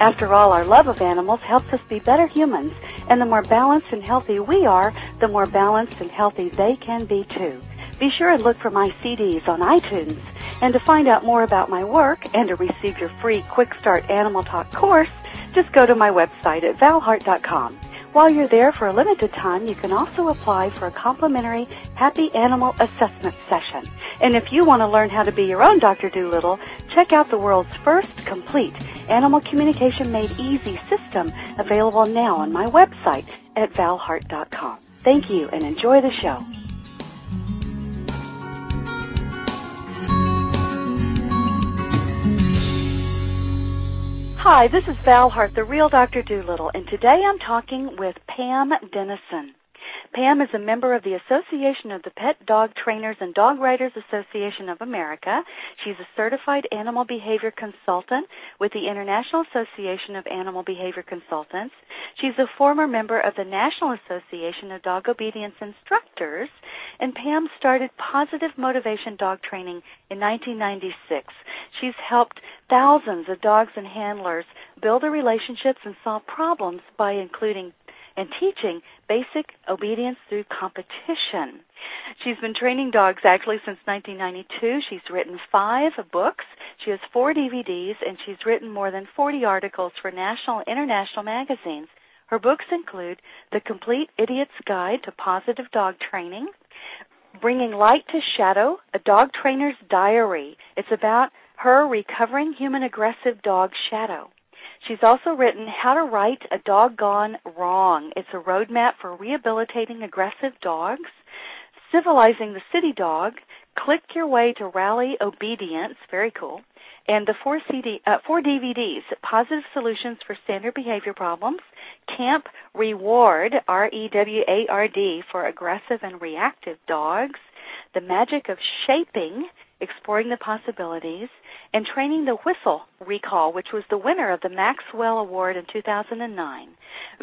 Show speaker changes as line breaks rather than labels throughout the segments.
After all, our love of animals helps us be better humans, and the more balanced and healthy we are, the more balanced and healthy they can be too. Be sure and look for my CDs on iTunes. And to find out more about my work and to receive your free Quick Start Animal Talk course, just go to my website at valhart.com. While you're there for a limited time, you can also apply for a complimentary Happy Animal Assessment session. And if you want to learn how to be your own Dr. Doolittle, check out the world's first complete animal communication made easy system available now on my website at valhart.com. Thank you and enjoy the show. Hi, this is Val Hart, the real Dr. Doolittle, and today I'm talking with Pam Dennison. Pam is a member of the Association of the Pet Dog Trainers and Dog Writers Association of America. She's a certified animal behavior consultant with the International Association of Animal Behavior Consultants. She's a former member of the National Association of Dog Obedience Instructors, and Pam started Positive Motivation Dog Training in 1996. She's helped thousands of dogs and handlers build their relationships and solve problems by including and teaching basic obedience through competition. She's been training dogs actually since 1992. She's written five books. She has four DVDs, and she's written more than 40 articles for national and international magazines. Her books include The Complete Idiot's Guide to Positive Dog Training, Bringing Light to Shadow, A Dog Trainer's Diary. It's about her recovering human aggressive dog Shadow. She's also written How to Write a Dog Gone Wrong. It's a roadmap for rehabilitating aggressive dogs, Civilizing the City Dog, Click Your Way to Rally Obedience, very cool, and the four, CD, uh, four DVDs, Positive Solutions for Standard Behavior Problems, Camp Reward, E R-E-W-A-R-D, for Aggressive and Reactive Dogs, The Magic of Shaping, Exploring the Possibilities, and Training the Whistle Recall, which was the winner of the Maxwell Award in 2009.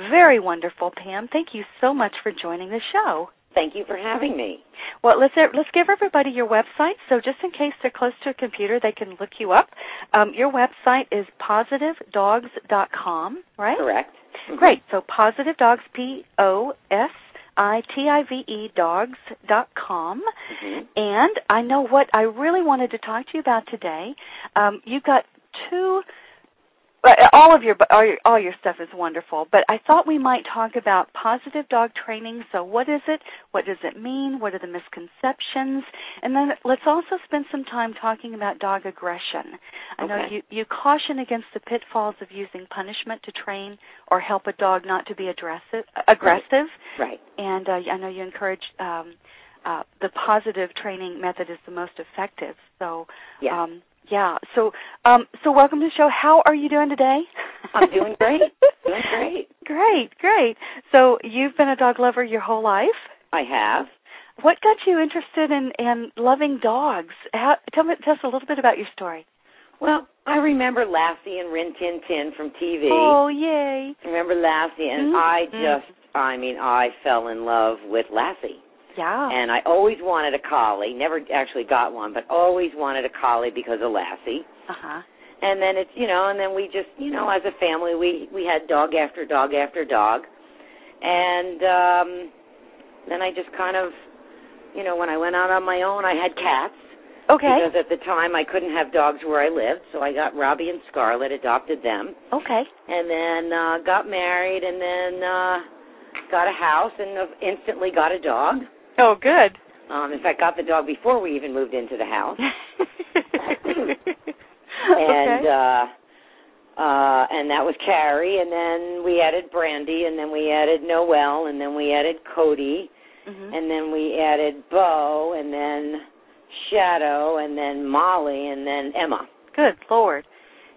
Very wonderful, Pam. Thank you so much for joining the show.
Thank you for having me.
Well, let's let's give everybody your website. So, just in case they're close to a computer, they can look you up. Um, your website is positivedogs.com, right?
Correct. Mhm.
Great. So, positive dogs, p o s i t i v e dogs.com.
Mhm.
And I know what I really wanted to talk to you about today. Um, you got two. uh, All of your, all your all your stuff is wonderful, but I thought we might talk about positive dog training. So, what is it? What does it mean? What are the misconceptions? And then let's also spend some time talking about dog aggression. I know
Okay.
you you caution against the pitfalls of using punishment to train or help a dog not to be aggressive. Aggressive
Right.
and uh, I know you encourage um, uh, the positive training method is the most effective. So,
Yeah.
um, yeah. So, um, so welcome to the show. How are you doing today?
I'm doing great. Doing great.
great, great. So you've been a dog lover your whole life.
I have.
What got you interested in, in loving dogs? How, tell me, tell us a little bit about your story.
Well, I remember Lassie and Rin Tin Tin from TV.
Oh, yay!
Remember Lassie, and
Mhm.
I
Mhm.
just, I mean, I fell in love with Lassie.
Yeah.
And I always wanted a collie. Never actually got one, but always wanted a collie because of Lassie.
uh
Uh-huh.
huh.
And then it's, you know, and then we just, you know, as a family, we we had dog after dog after dog. And um then I just kind of, you know, when I went out on my own, I had cats.
Okay.
Because at the time I couldn't have dogs where I lived, so I got Robbie and Scarlett, adopted them,
okay.
and then uh got married and then uh got a house and uh, instantly got a dog.
Oh, good.
Um in fact, got the dog before we even moved into the house.
okay.
uh, and uh uh and that was Carrie and then we added Brandy and then we added Noel and then we added Cody
Mhm.
and then we added Bo and then Shadow and then Molly and then Emma.
Good lord,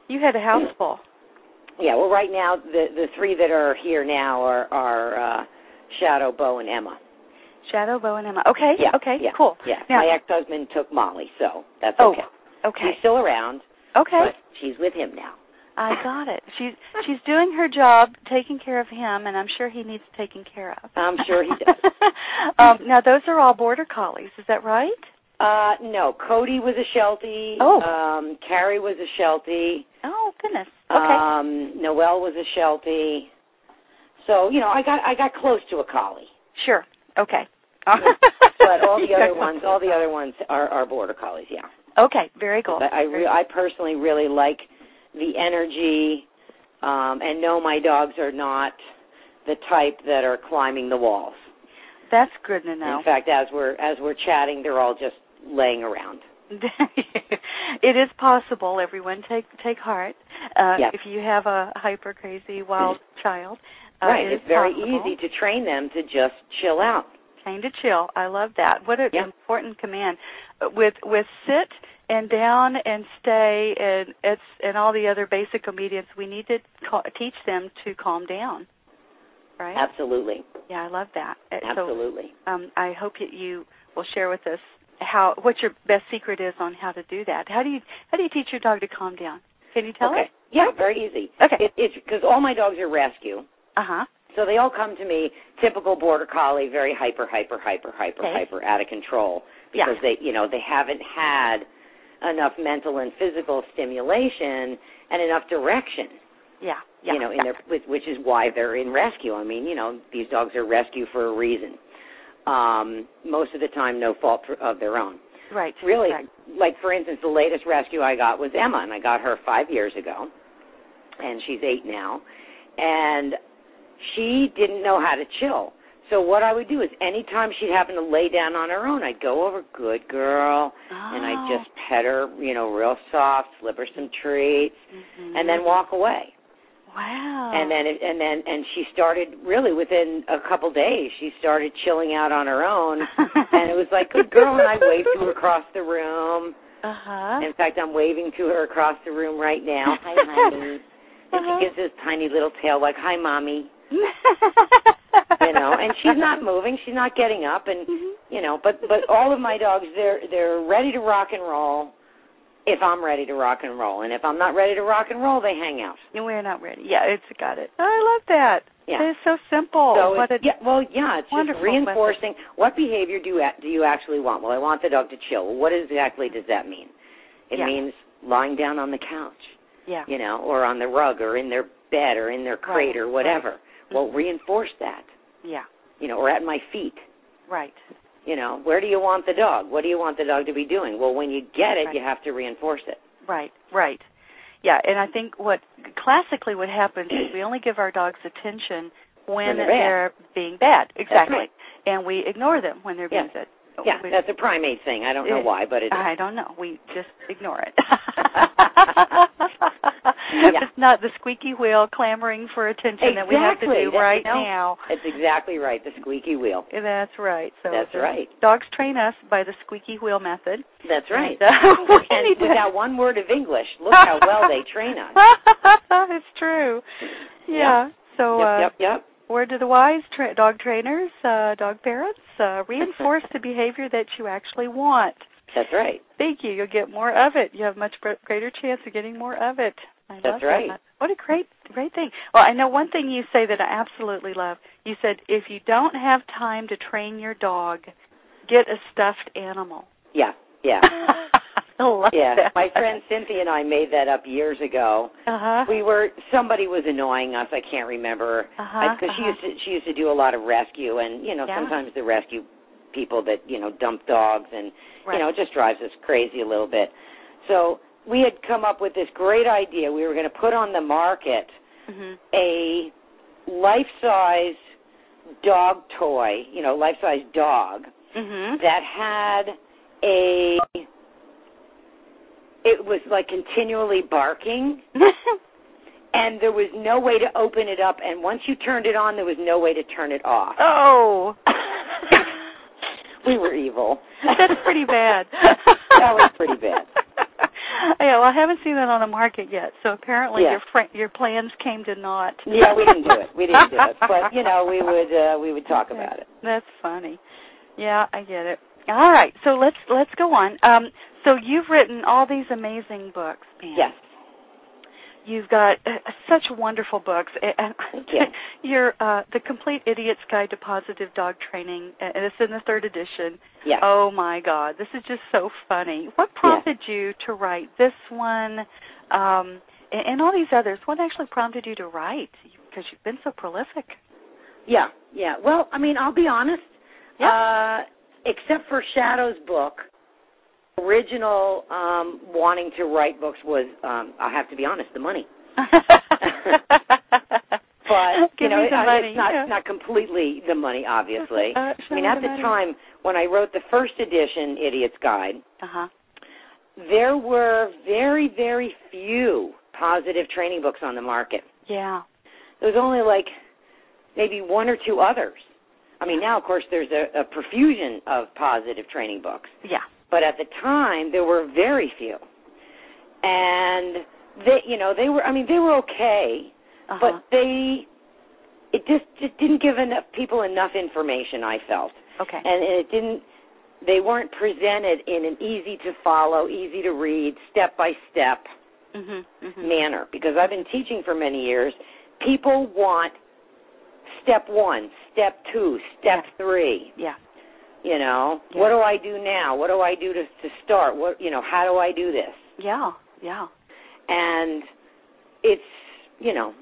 you had a house full.
yeah, well, right now the the three that are here now are are uh, Shadow, Bo, and Emma.
Shadow, Bo, and Emma. Okay.
Yeah.
Okay.
yeah,
Cool.
Yeah.
Now-
My ex-husband took Molly, so that's
Oh,
okay.
Okay.
She's still around,
Okay.
but she's with him now.
I got it. She's she's doing her job, taking care of him, and I'm sure he needs taken care of.
I'm sure he does.
um, now those are all border collies, is that right?
Uh, no, Cody was a Sheltie.
Oh.
Um, Carrie was a Sheltie.
Oh goodness. Okay.
Um, Noelle was a Sheltie. So you know, I got I got close to a collie,
sure. Okay.
but all the other ones, all the other ones are, are border collies. Yeah.
Okay. Very cool.
But I re- I personally really like the energy, um, and no, my dogs are not the type that are climbing the walls.
That's good to know.
In fact, as we're as we're chatting, they're all just laying around.
it is possible. Everyone, take take heart. Uh,
Yeah.
If you have a hyper crazy wild child, uh,
right.
it
It's
is
very
possible.
easy to train them to just chill out.
Train to chill. I love that. What an
Yeah.
important command. Uh, With with sit and down and stay and it's and all the other basic obedience, we need to ca- teach them to calm down. Right?
Absolutely.
Yeah, I love that. Uh,
Absolutely.
So um, I hope that you will share with us how what your best secret is on how to do that. How do you how do you teach your dog to calm down? Can you tell
okay.
us?
Yeah, very easy.
Okay.
It, it's because all my dogs are rescue,
Uh huh.
so they all come to me. Typical border collie, very hyper, hyper, hyper, hyper,
Okay.
hyper, out of control
Yeah.
because they, you know, they haven't had enough mental and physical stimulation and enough direction.
Yeah. Yeah.
you know, in
yeah.
their which- which is why they're in rescue. I mean, you know, these dogs are rescue for a reason. Um, most of the time, no fault for, of their own.
right.
Really,
Right.
like for instance, the latest rescue I got was Emma, and I got her five years ago, and she's eight now, and she didn't know how to chill. So what I would do is, anytime she'd happen to lay down on her own, I'd go over, good girl, and I'd
Oh.
just pet her, you know, real soft, slip her some treats,
Mhm.
and then walk away
wow.
and then it, and then and she started really within a couple days she started chilling out on her own and it was like good girl and i waved to her across the room
Uh huh.
in fact i'm waving to her across the room right now hi honey and
Uh-huh.
she gives this tiny little tail like hi mommy you know and she's not moving she's not getting up and
Mm-hmm.
you know but but all of my dogs they're they're ready to rock and roll if i'm ready to rock and roll and if i'm not ready to rock and roll they hang out
And We're not ready. Yeah, it's got it. I love that.
yeah
That is so simple.
So
what a
it's, yeah, well, yeah, it's just
wonderful
reinforcing what behavior do you a- do you actually want? Well, I want the dog to chill. Well, what exactly does that mean? It
Yeah.
means lying down on the couch,
yeah.
you know, or on the rug, or in their bed, or in their crate, or whatever. Well,
Mm-hmm.
reinforce that,
Yeah.
you know, or at my feet.
Right.
You know, where do you want the dog? What do you want the dog to be doing? Well, when you get it,
Right.
you have to reinforce it.
Right. Right. Yeah, and I think what classically what happens is we only give our dogs attention when,
When they're bad.
being bad. Exactly.
right.
And we ignore them when they're being good.
Yeah,
We-
that's a primate thing. I don't know
Oh, It-
why, but it is.
I don't know. We just ignore it.
Yeah.
It's not the squeaky wheel clamoring for attention that we have to
Exactly.
do
That's-
right
you know,
now.
It's exactly right. The squeaky wheel.
That's right. So
That's
the
right.
Dogs train us by the squeaky wheel method.
That's right.
And, uh, we
and
need to-
without one word of English, look how well they train us.
it's true. Yeah. So uh,
Yep, yep, yep.
word to the wise, tra- dog trainers, uh, dog parents, uh, reinforce the behavior that you actually want.
That's right.
Thank you. You'll get more of it. You have much gr- greater chance of getting more of it. I
That's
love
right.
That. What a great, great thing. Well, I know one thing you say that I absolutely love. You said if you don't have time to train your dog, get a stuffed animal.
Yeah, yeah,
I love
yeah.
that.
My friend Cynthia and I made that up years ago.
Uh huh.
We were somebody was annoying us. I can't remember
Uh-huh,
because she
uh-huh.
used to she used to do a lot of rescue, and you know
Yeah.
sometimes the rescue people that you know dump dogs, and
Right.
you know it just drives us crazy a little bit. So we had come up with this great idea. We were going to put on the market
Mhm.
a life size dog toy, you know, life size dog
Mhm.
that had a it was like continually barking and there was no way to open it up and once you turned it on there was no way to turn it off.
oh,
we were evil.
that's pretty bad.
That was pretty bad.
yeah, Yeah, well, I haven't seen that on the market yet. So apparently
Yeah.
your fr- your plans came to naught.
Yeah, we didn't do it. We didn't do it. But you know, we would uh, we would talk about it.
That's funny. Yeah, I get it. All right, so let's let's go on. Um, so you've written all these amazing books, Pam.
Yes.
You've got uh, such wonderful books. A- And
Thank you.
You're uh, the complete idiot's guide to positive dog training, and it's in the third edition.
Yes.
Oh my God, this is just so funny. What prompted you to write this one, um, and, and all these others? What actually prompted you to write? Because you've been so prolific.
Yeah, yeah. Well, I mean, I'll be honest.
Yeah.
Uh, except for Shadow's book, original um, wanting to write books was, um, I have to be honest, the money. But
Give
you know,
me the
it- uh,
money.
it's not
yeah.
not completely the money, obviously.
Uh,
I
show
mean,
me
at
the
the
money.
time when I wrote the first edition, Idiot's Guide,
Uh-huh.
there were very, very few positive training books on the market.
Yeah.
there was only like maybe one or two others. I mean, now of course there's a, a profusion of positive training books,
Yeah.
but at the time there were very few, and they, you know, they were. I mean, they were okay,
Uh-huh.
but they, it just just didn't give enough people enough information. I felt,
okay.
and it didn't. They weren't presented in an easy to follow, easy to read, step by step
mm-hmm. Mm-hmm.
manner because I've been teaching for many years. People want step one, step two, step three.
Yeah.
You know,
Yeah.
what do I do now? What do I do to, to start? What you know, how do I do this?
Yeah. Yeah.
And it's you know,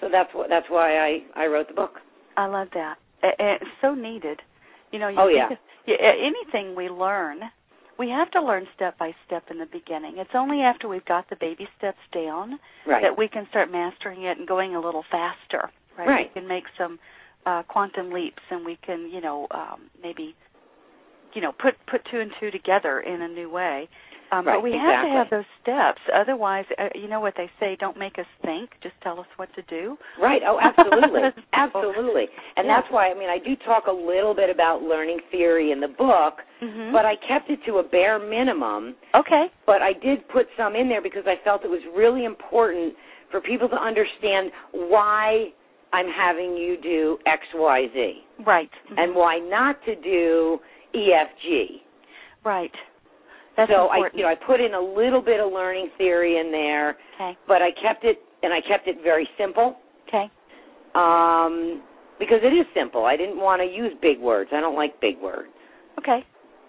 so that's what that's why I I wrote the book.
I love that. A- and It's so needed. You know, you
Oh,
think
yeah.
of- yeah, a- anything we learn, we have to learn step by step in the beginning. It's only after we've got the baby steps down
Right.
that we can start mastering it and going a little faster, right?
Right.
We can make some uh quantum leaps and we can, you know, um maybe you know, put put two and two together in a new way. Um but
Right,
we have to
exactly.
have those steps. Otherwise, uh, you know what they say, don't make us think, just tell us what to do.
Right. Oh, absolutely.
So-
absolutely. And
Yeah.
that's why I mean I do talk a little bit about learning theory in the book,
Mhm.
but I kept it to a bare minimum
Okay.
but I did put some in there because I felt it was really important for people to understand why I'm having you do XYZ
Right.
and why not to do EFG.
Right. That's
so
important.
I you know I put in a little bit of learning theory in there,
okay.
but I kept it and I kept it very simple.
Okay.
Um because it is simple. I didn't want to use big words. I don't like big words.
Okay.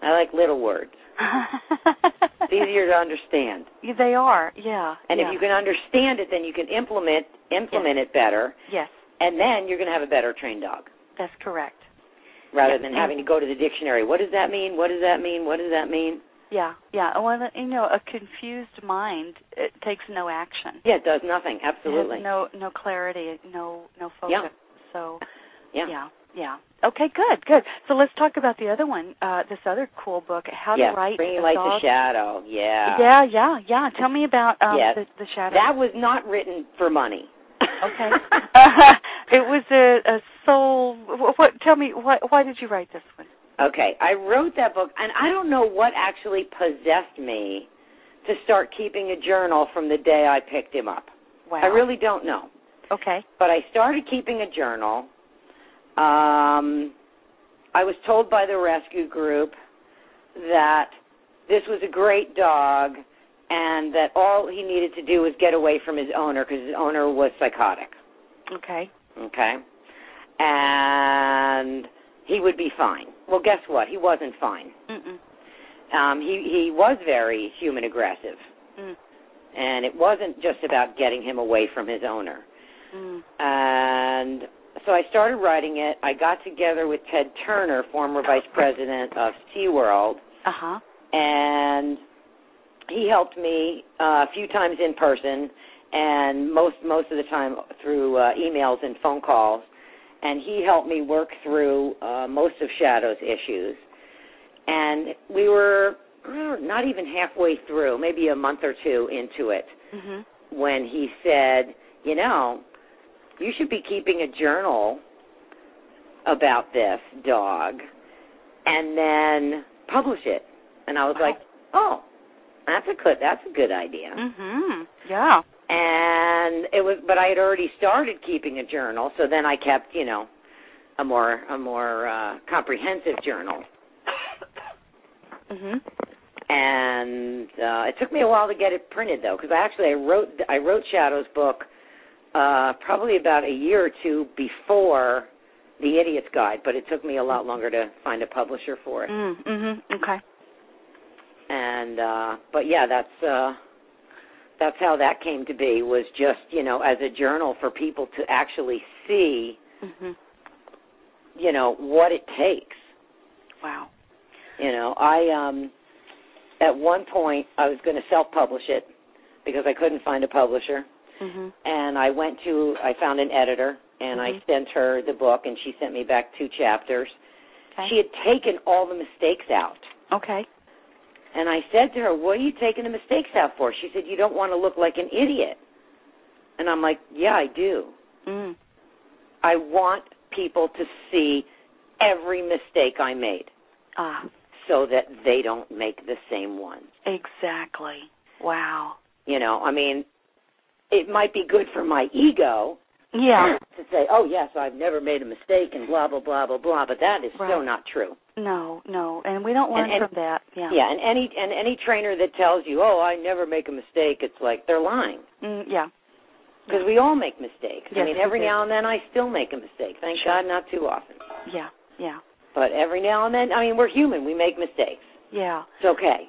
I like little words. It's easier to understand.
they are. Yeah.
And
yeah.
if you can understand it, then you can implement implement it better.
Yes,
and then you're going to have a better trained dog
that's correct.
rather
Yeah.
than having to go to the dictionary. What does that mean? What does that mean? What does that mean?
Yeah. Yeah. Well, you know, a confused mind it takes no action.
Yeah, it does nothing.
It has
Absolutely.
no no clarity, no no focus.
Yeah.
So
yeah.
yeah. yeah. Okay, good, good. So let's talk about the other one, uh, this other cool book, How
yes.
to Write
Bringing
a
light
Dog.
to shadow. Yeah.
yeah, yeah, yeah. Tell me about um,
Yes.
the, the shadow.
That was not written for money.
Okay. Uh, it was a, a soul. What, what? Tell me, why, why did you write this one?
okay. I wrote that book, and I don't know what actually possessed me to start keeping a journal from the day I picked him up.
Wow.
I really don't know.
Okay.
but I started keeping a journal. Um, I was told by the rescue group that this was a great dog and that all he needed to do was get away from his owner because his owner was psychotic.
Okay.
Okay? And he would be fine. Well, guess what? He wasn't fine.
Mm-mm.
Um, he, he was very human aggressive,
Mm.
and it wasn't just about getting him away from his owner.
Mm.
and so I started writing it. I got together with Ted Turner, former vice president of SeaWorld,
Uh huh.
and he helped me uh, a few times in person and most most of the time through uh, emails and phone calls and he helped me work through uh, most of Shadow's issues and we were I don't know, not even halfway through, maybe a month or two into it
Mhm.
when he said, you know, you should be keeping a journal about this dog and then publish it. And I was
Wow.
like, oh, That's a good. That's a good idea.
Mhm. Yeah.
And it was, but I had already started keeping a journal, so then I kept, you know, a more a more uh, comprehensive journal.
Mhm.
and uh, it took me a while to get it printed though, because I actually I wrote I wrote Shadow's book uh, probably about a year or two before the Idiot's Guide, but it took me a lot longer to find a publisher for it.
Mm, Mhm. Okay.
And uh, but yeah, that's uh, that's how that came to be was just you know as a journal for people to actually see
Mhm.
you know what it takes.
Wow.
You know, I um at one point I was going to self-publish it because I couldn't find a publisher.
Mhm.
and I went to I found an editor and
Mhm.
I sent her the book and she sent me back two chapters.
Okay.
She had taken all the mistakes out.
okay.
And I said to her, "What are you taking the mistakes out for?" She said, "You don't want to look like an idiot." And I'm like, "Yeah, I do.
Mm.
I want people to see every mistake I made
Ah,
so that they don't make the same one."
exactly. Wow.
You know, I mean, it might be good for my ego,
Yeah.
to say, oh yes, I've never made a mistake and blah blah blah blah blah, but that is so
Right.
not true.
No, no, and we don't learn
and-
from that. Yeah.
Yeah, and any and any trainer that tells you, oh, I never make a mistake, it's like they're lying
Mm, yeah.
because we all make mistakes. I
Yes,
mean,
we
every
do.
now and then I still make a mistake. Thank
Sure.
God, not too often,
Yeah. Yeah.
but every now and then, I mean, we're human. We make mistakes.
Yeah.
It's okay.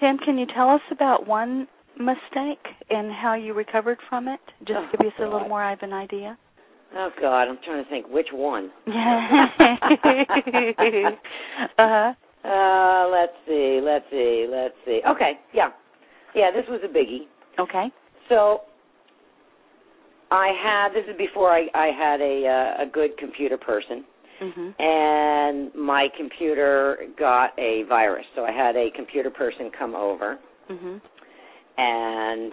Sam, can you tell us about one mistake and how you recovered from it? Just
Oh,
give us a little
God.
more of an idea.
Oh God, I'm trying to think which one.
uh-huh.
Uh, let's see, let's see, let's see. Okay, yeah, yeah, this was a biggie.
Okay.
So I had this is before I, I had a uh, a good computer person, Mm-hmm.
Mhm.
and my computer got a virus. So I had a computer person come over, Mm-hmm.
Mhm.
and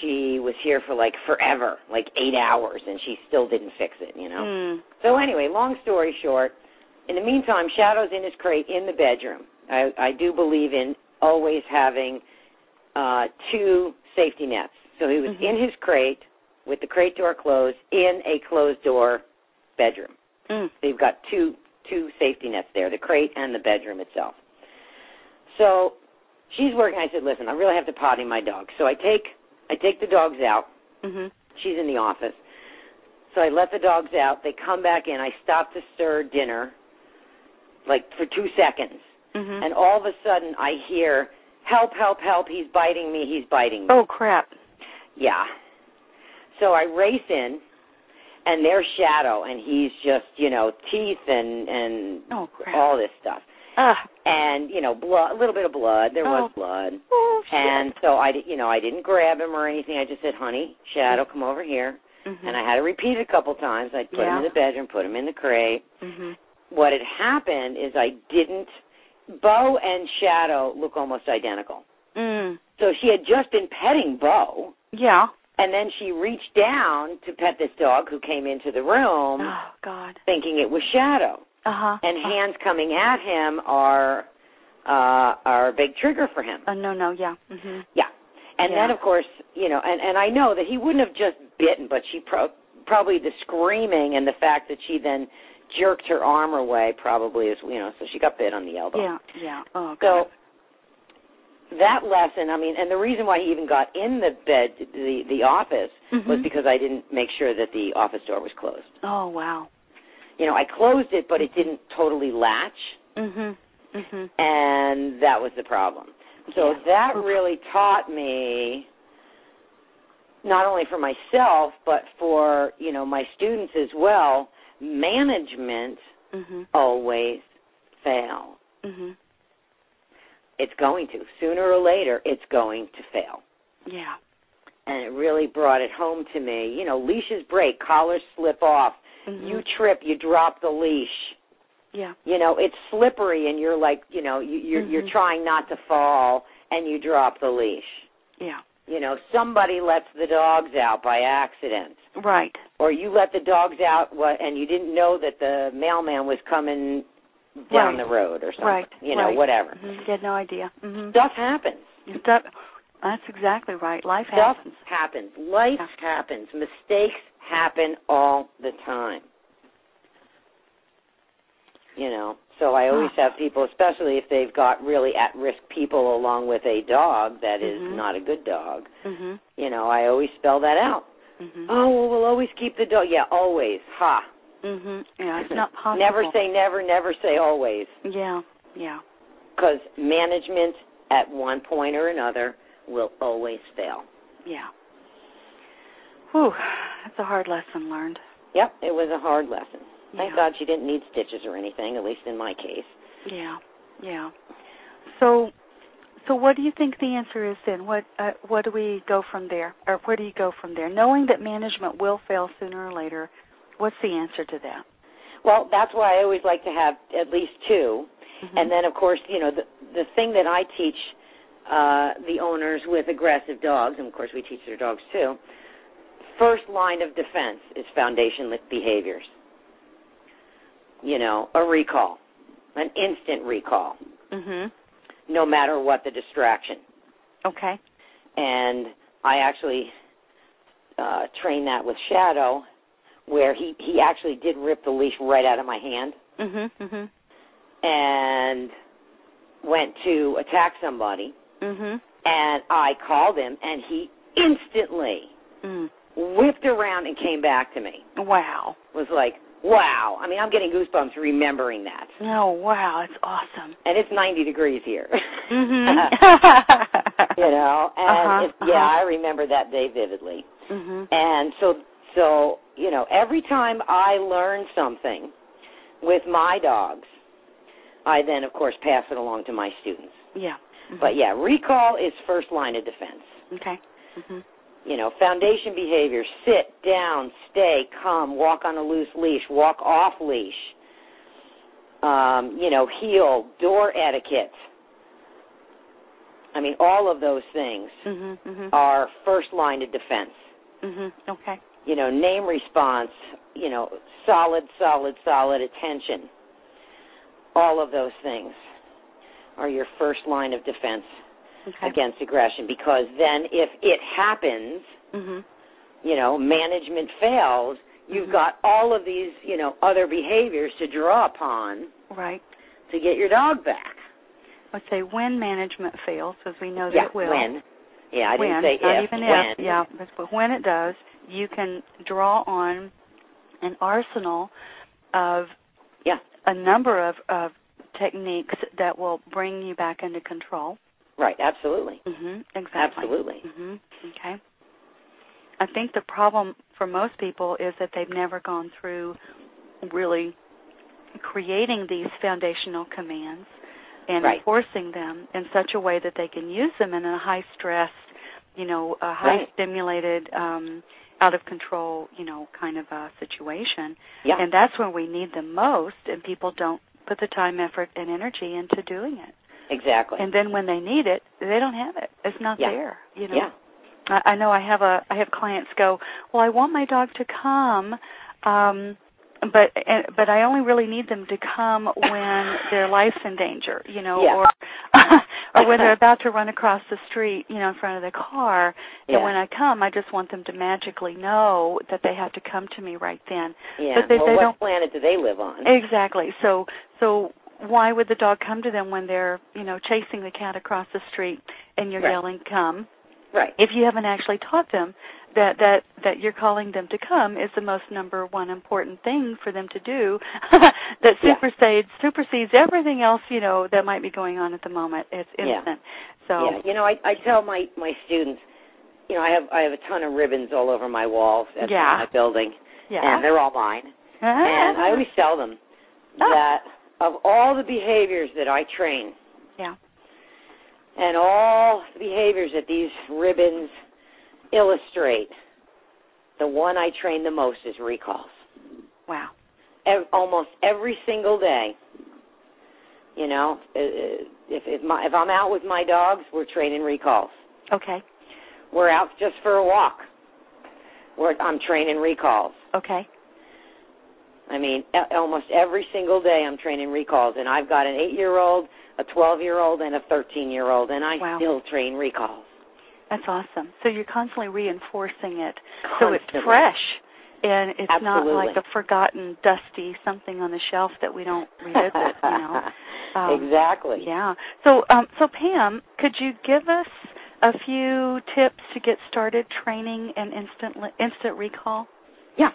she was here for like forever, like eight hours, and she still didn't fix it. You know.
Mm.
So anyway, long story short, in the meantime, Shadow's in his crate in the bedroom. I, I do believe in always having uh, two safety nets. So he was
Mhm.
in his crate with the crate door closed in a closed door bedroom.
Mm.
So you've got two two safety nets there, the crate and the bedroom itself. So she's working. I said, listen, I really have to potty my dog. So I take I take the dogs out.
Mhm.
She's in the office. So I let the dogs out. They come back in. I stop to stir dinner, like for two seconds.
Mhm.
And all of a sudden, I hear, help, help, help. He's biting me. He's biting me.
oh crap.
Yeah. So I race in, and there's Shadow, and he's just, you know, teeth and, and
Oh crap.
all this stuff.
Ah.
And, you know, blood, a little bit of blood. There was
Oh.
blood.
Oh shit.
And so I, di- you know, I didn't grab him or anything. I just said, honey, Shadow,
Mm-hmm.
come over here.
mhm.
And I had to repeat it a couple times. I'd put
Yeah.
him in the bedroom, put him in the crate.
Mhm.
What had happened is I didn't. Bo and Shadow look almost identical.
Mm.
So she had just been petting Bo,
Yeah.
and then she reached down to pet this dog who came into the room
Oh god.
thinking it was Shadow.
Uh-huh.
Um, And
Uh,
hands coming at him are uh are a big trigger for him.
uh, no, no, yeah. Mhm.
Yeah. And
Yeah.
then of course, you know, and and I know that he wouldn't have just bitten, but she pro- probably the screaming and the fact that she then jerked her arm away probably is, you know, so she got bit on the elbow.
Yeah, yeah. Oh
So
god.
that lesson, I mean, and the reason why he even got in the bed the the office was
Mhm.
because I didn't make sure that the office door was closed.
Oh wow.
You know, I closed it, but it didn't totally latch,
Mhm. Mhm.
and that was the problem. So
Yeah.
that
Oof.
really taught me not only for myself but for, you know, my students as well, management
Mhm.
Oh. always fail.
Mhm.
It's going to. Sooner or later it's going to fail.
Yeah.
And it really brought it home to me, you know, leashes break, collars slip off,
Mhm.
you trip, you drop the leash.
yeah.
you know it's slippery and you're like you know you you're,
Mhm.
you're trying not to fall and you drop the leash
Yeah.
you know somebody lets the dogs out by accident
Right.
or you let the dogs out wha- and you didn't know that the mailman was coming
Right.
down the road or something.
Right.
You know,
right.
whatever.
Mhm. You had no idea. hmm
Stuff happens.
Stuff. That's exactly right. Life
Stuff
happens.
happens. Life
Yeah.
happens. Mistakes happen all the time. You know, so I always
Ah.
have people, especially if they've got really at risk people along with a dog that is
Mhm.
not a good dog,
Mhm.
you know, I always spell that out.
Mhm.
Oh, well, we'll always keep the dog. Yeah, always. Ha.
Mhm. Yeah, it's not possible.
Never say never, never say always.
Yeah. Yeah.
because management at one point or another will always fail.
Yeah. Whew. That's a hard lesson learned.
Yep, it was a hard lesson. Thank
yeah.
God she didn't need stitches or anything, at least in my case.
Yeah. Yeah. So, so what do you think the answer is then? What uh, what do we go from there, or where do you go from there? Knowing that management will fail sooner or later, what's the answer to that?
Well, that's why I always like to have at least 2 Mm-hmm. And then, of course, you know, the, the thing that I teach uh, the owners with aggressive dogs, and of course we teach their dogs too, first line of defense is foundationless behaviors. You know, a recall, an instant recall, Mm-hmm.
Mhm.
no matter what the distraction.
Okay.
and I actually uh trained that with Shadow where he he actually did rip the leash right out of my hand
Mhm.
Mm-hmm.
Mhm.
and went to attack somebody
Mhm.
and I called him and he instantly
Mm.
whipped around and came back to me.
Wow.
Was like, "Wow." I mean, I'm getting goosebumps remembering that.
No. wow. That's awesome.
And it's 90 degrees here.
Mhm.
Mm-hmm. you know, and
Mm-hmm. Uh-huh,
it's- yeah,
uh-huh.
I remember that day vividly.
mhm.
And so so, you know, every time I learn something with my dogs, I then of course pass it along to my students.
Yeah. Mhm.
But yeah, recall is first line of defense.
Okay. Mhm.
You know, foundation behavior, sit down, stay, come, walk on a loose leash, walk off leash. Um, you know, heel, door etiquette. I mean, all of those things
Mhm.
Mm-hmm.
Mhm.
are first line of defense.
Mhm.
Mm-hmm.
Okay.
you know, name response, you know, solid, solid, solid attention. All of those things are your first line of defense
Okay.
against aggression because then if it happens,
Mhm.
you know, management fails, you've
Mhm.
got all of these, you know, other behaviors to draw upon
Right.
to get your dog back.
Let's say when management fails, because we know that
yeah,
it Oh, will.
when. Yeah, I
when,
didn't say
not
if,
even
when.
if, yeah, but- but when it does, you can draw on an arsenal of
Yeah.
a number of, of techniques that will bring you back into control.
Right, absolutely.
hmm Exactly.
Absolutely.
hmm Okay. I think the problem for most people is that they've never gone through really creating these foundational commands and
Right.
enforcing them in such a way that they can use them in a high stress, you know, a high
Right.
stimulated, um, out of control, you know, kind of a situation.
Yeah.
And that's when we need them most, and people don't put the time, effort, and energy into doing it.
exactly.
And then when they need it, they don't have it. It's not
Yeah.
there. You know.
yeah.
I, I know I have a I have clients go, well, I want my dog to come, um, but and, but I only really need them to come when their life's in danger, you know,
Yeah.
or or when they're about to run across the street, you know, in front of the car.
yeah.
And when I come, I just want them to magically know that they have to come to me right then.
yeah.
but they-
well,
they
what
don't-
planet do they live on?
Exactly. So so why would the dog come to them when they're you know chasing the cat across the street and you're
Right.
yelling come
Right.
if you haven't actually taught them that that that you're calling them to come is the most number one important thing for them to do that
Yeah.
supersedes supersedes everything else you know that might be going on at the moment it's
Yeah.
instant so
Yeah, you know, I I tell my my students, you know, I have I have a ton of ribbons all over my walls at
Yeah.
my building,
yeah Uh-huh.
and they're all mine. And I Oh. always tell them that of all the behaviors that I train,
Yeah.
and all the behaviors that these ribbons illustrate, the one I train the most is recalls.
wow
Ev- almost every single day. You know, uh, uh, if if, my, if I'm out with my dogs, we're training recalls.
okay
We're out just for a walk. We're, I'm training recalls.
okay
I mean, a- almost every single day I'm training recalls, and I've got an eight-year-old, a 12-year-old, and a 13-year-old, and I
Wow.
still train recalls.
That's awesome. So you're constantly reinforcing it, so it's
Constantly.
fresh, and it's
Absolutely.
not like a forgotten, dusty something on the shelf that we don't revisit. you know. Um,
exactly.
Yeah. So, um, so Pam, could you give us a few tips to get started training and instant instant recall?
Yeah.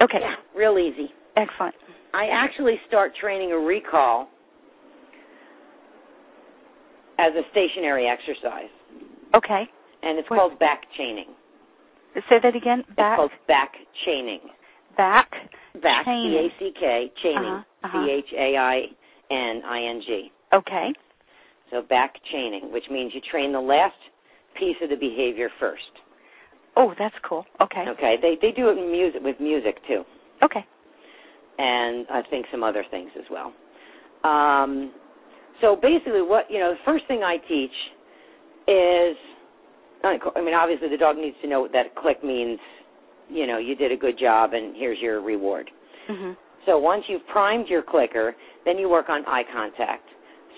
Okay.
Yeah, real easy.
Excellent.
I actually start training a recall as a stationary exercise,
Okay.
and it's
What-
called back chaining.
Say that again. Back.
It's called back chaining.
back.
Back,
Chaining.
C-A-C-K, chaining,
Uh-huh, uh-huh.
C-H-A-I-N-I-N-G.
Okay.
So back chaining, which means you train the last piece of the behavior first.
Oh, that's cool. Okay.
Okay, they they do it in music with music too,
Okay.
and I think some other things as well. Um, so basically, what you know, the first thing I teach is, I co- I mean, obviously the dog needs to know that a click means, you know, you did a good job and here's your reward.
Mhm.
So once you've primed your clicker, then you work on eye contact.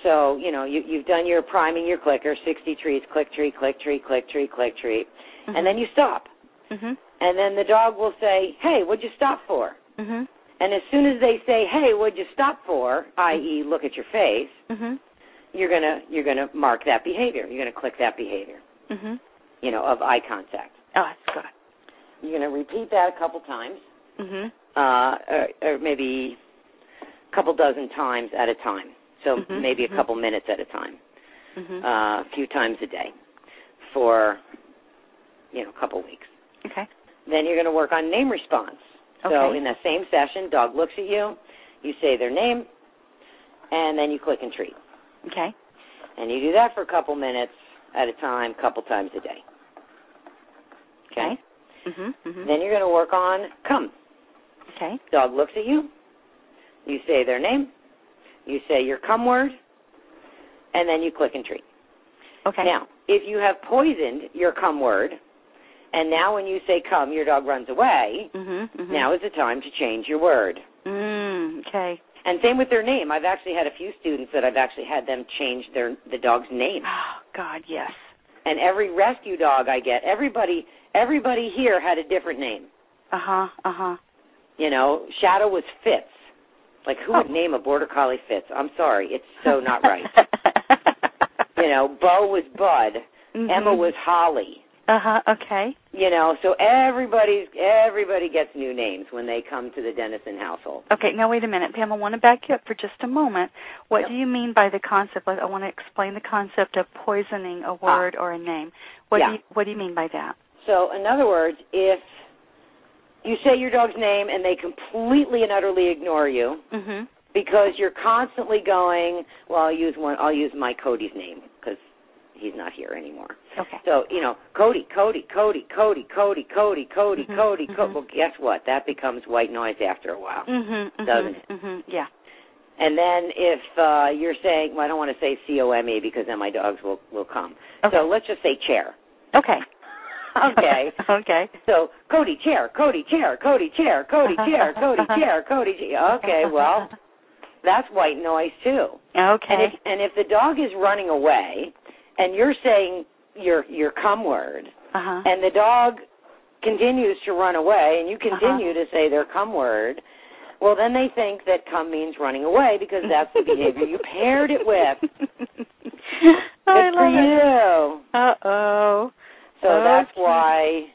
So, you know, you, you've done your priming your clicker, 60 treats, click treat, click treat, click treat, click treat,
Mm-hmm.
and then you stop.
Mhm.
And then the dog will say, hey, what'd you stop for?
Mhm.
And as soon as they say, hey, what'd you stop for, i.e., look at your face,
Mhm.
you're gonna, you're gonna mark that behavior. You're gonna click that behavior,
Mhm.
you know, of eye contact.
Oh, that's good.
You're gonna repeat that a couple times,
Mhm.
uh, or, or maybe a couple dozen times at a time. So
Mhm,
maybe a
mhm.
couple minutes at a time,
Mhm.
uh, a few times a day for, you know, a couple weeks.
okay.
Then you're going to work on name response. So
Okay.
in that same session, dog looks at you, you say their name, and then you click and treat.
Okay.
And you do that for a couple minutes at a time, couple times a day. Okay?
Okay. Mhm. Mhm.
Then you're going to work on come.
okay.
Dog looks at you. You say their name. You say your come word. And then you click and treat.
Okay.
Now, if you have poisoned your come word, and now when you say come, your dog runs away,
Mhm. Mhm.
now is the time to change your word.
Mm, okay.
And same with their name. I've actually had a few students that I've actually had them change their the dog's name.
Oh God, yes.
And every rescue dog I get, everybody everybody here had a different name.
Uh huh. Uh huh.
You know, Shadow was Fitz. Like who would
Oh.
name a border collie Fitz? I'm sorry, it's so not right. you know, Bo was Bud, Emma was Holly.
Uh huh. Mm-hmm. Okay.
You know, so everybody's everybody gets new names when they come to the Dennison household.
Okay. Now wait a minute, Pam. I want to back you up for just a moment. What
Yep.
do you mean by the concept? I I want to explain the concept of poisoning a word or a name. What
Ah. Yeah.
do you, What do you mean by that?
So, in other words, if you say your dog's name and they completely and utterly ignore you
Mhm.
because you're constantly going, well, I'll use one. I'll use my Cody's name because he's not here anymore.
Okay.
So, you know, Cody, Cody, Cody, Cody, Cody, Cody, Cody,
Mhm,
Cody, Cody.
mhm.
Well, guess what? That becomes white noise after a while.
Mhm. mhm,
Doesn't it?
Mhm. Yeah.
And then if uh you're saying, well, I don't want to say C O M E because then my dogs will will come.
Okay.
So let's just say chair.
okay.
okay.
okay.
So Cody chair, Cody chair, Cody chair, Cody chair, Cody chair, Cody chair. Okay, well, that's white noise too.
Okay.
And if and if the dog is running away, and you're saying your your come word,
uh huh.
and the dog continues to run away, and you
Uh-huh.
continue to say their come word, well, then they think that come means running away because that's the behavior you paired it with.
I
Good for
love it.
you.
Uh oh.
So that's
Okay.
why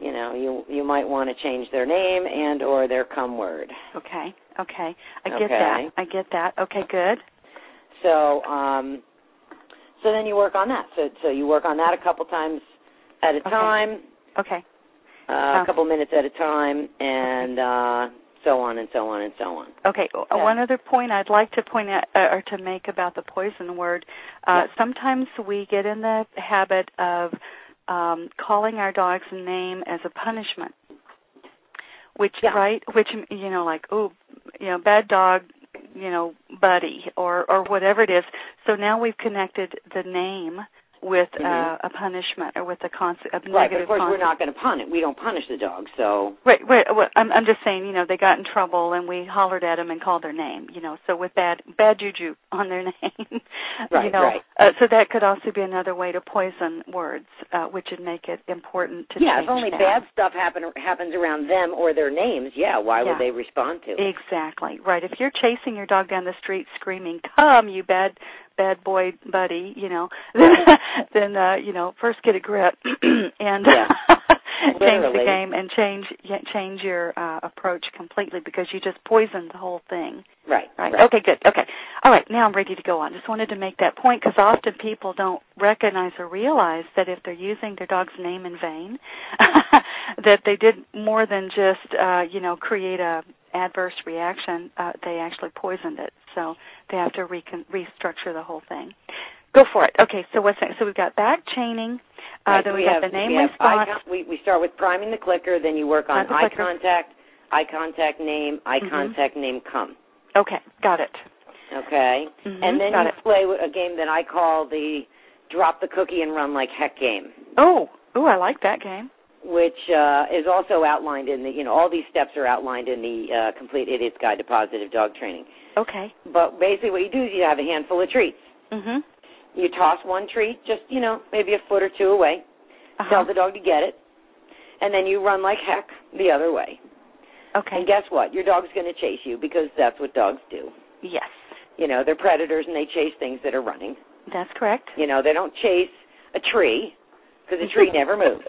you know you you might want to change their name and or their come word.
Okay. Okay. I get
Okay.
that. I get that. Okay. Good.
So um so then you work on that. So so you work on that a couple times at a
Okay.
time,
Okay.
uh,
Oh.
a couple minutes at a time and uh so on and so on and so on.
Okay. o-
Yeah.
One other point I'd like to point out uh, or to make about the poison word. Uh,
Yeah.
Sometimes we get in the habit of um, calling our dog's name as a punishment, which
Yeah.
right, which you know, like oh, you know, bad dog, you know, buddy, or or whatever it is. So now we've connected the name with
Mhm.
uh, a punishment or with a, con- a negative
Right, but of course
consequence.
we're not going to punish. We don't punish the dog, so
Right, right. Well, I'm, I'm just saying, you know, they got in trouble and we hollered at them and called their name, you know, so with bad, bad juju on their name, you
Right,
know.
right.
Uh, so that could also be another way to poison words, uh, which would make it important to
yeah.
change
If only
that.
bad stuff happen happens around them or their names, yeah. Why
Yeah.
would they respond to? it?
Exactly right. If you're chasing your dog down the street screaming, "Come, you bad, bad boy, buddy," you know, then, then uh, you know, first get a grip and
Yeah.
change the
Literally.
game and change yeah, change your uh, approach completely because you just poisoned the whole thing.
Right.
Right. Uh, Okay. Good. Okay. All right. Now I'm ready to go on. Just wanted to make that point because often people don't recognize or realize that if they're using their dog's name in vain, that they did more than just uh, you know create a adverse reaction. Uh, they actually poisoned it. So they have to recon- restructure the whole thing. Go for it. Okay. So what's next? So we've got back chaining. Uh,
Right,
then
we
we've got
have-
the name
we have eye
response.
con- we we start with priming the clicker, then you work on
Not the
eye
clicker.
contact, eye contact name, eye
Mhm.
contact name come.
Okay. Got it.
Okay,
Mhm,
and then
got
you
it.
play with a game that I call the drop the cookie and run like heck game,
Oh. Ooh, I like that game.
which uh, is also outlined in the you know all these steps are outlined in the uh, complete idiot's guide to positive dog training.
Okay.
But basically, what you do is you have a handful of treats.
Mhm.
You toss one treat, just you know maybe a foot or two away.
Uh-huh.
Tell the dog to get it, and then you run like heck the other way.
Okay.
And guess what? Your dog's going to chase you because that's what dogs do.
Yes.
You know, they're predators and they chase things that are running.
That's correct.
You know, they don't chase a tree because a tree never moves.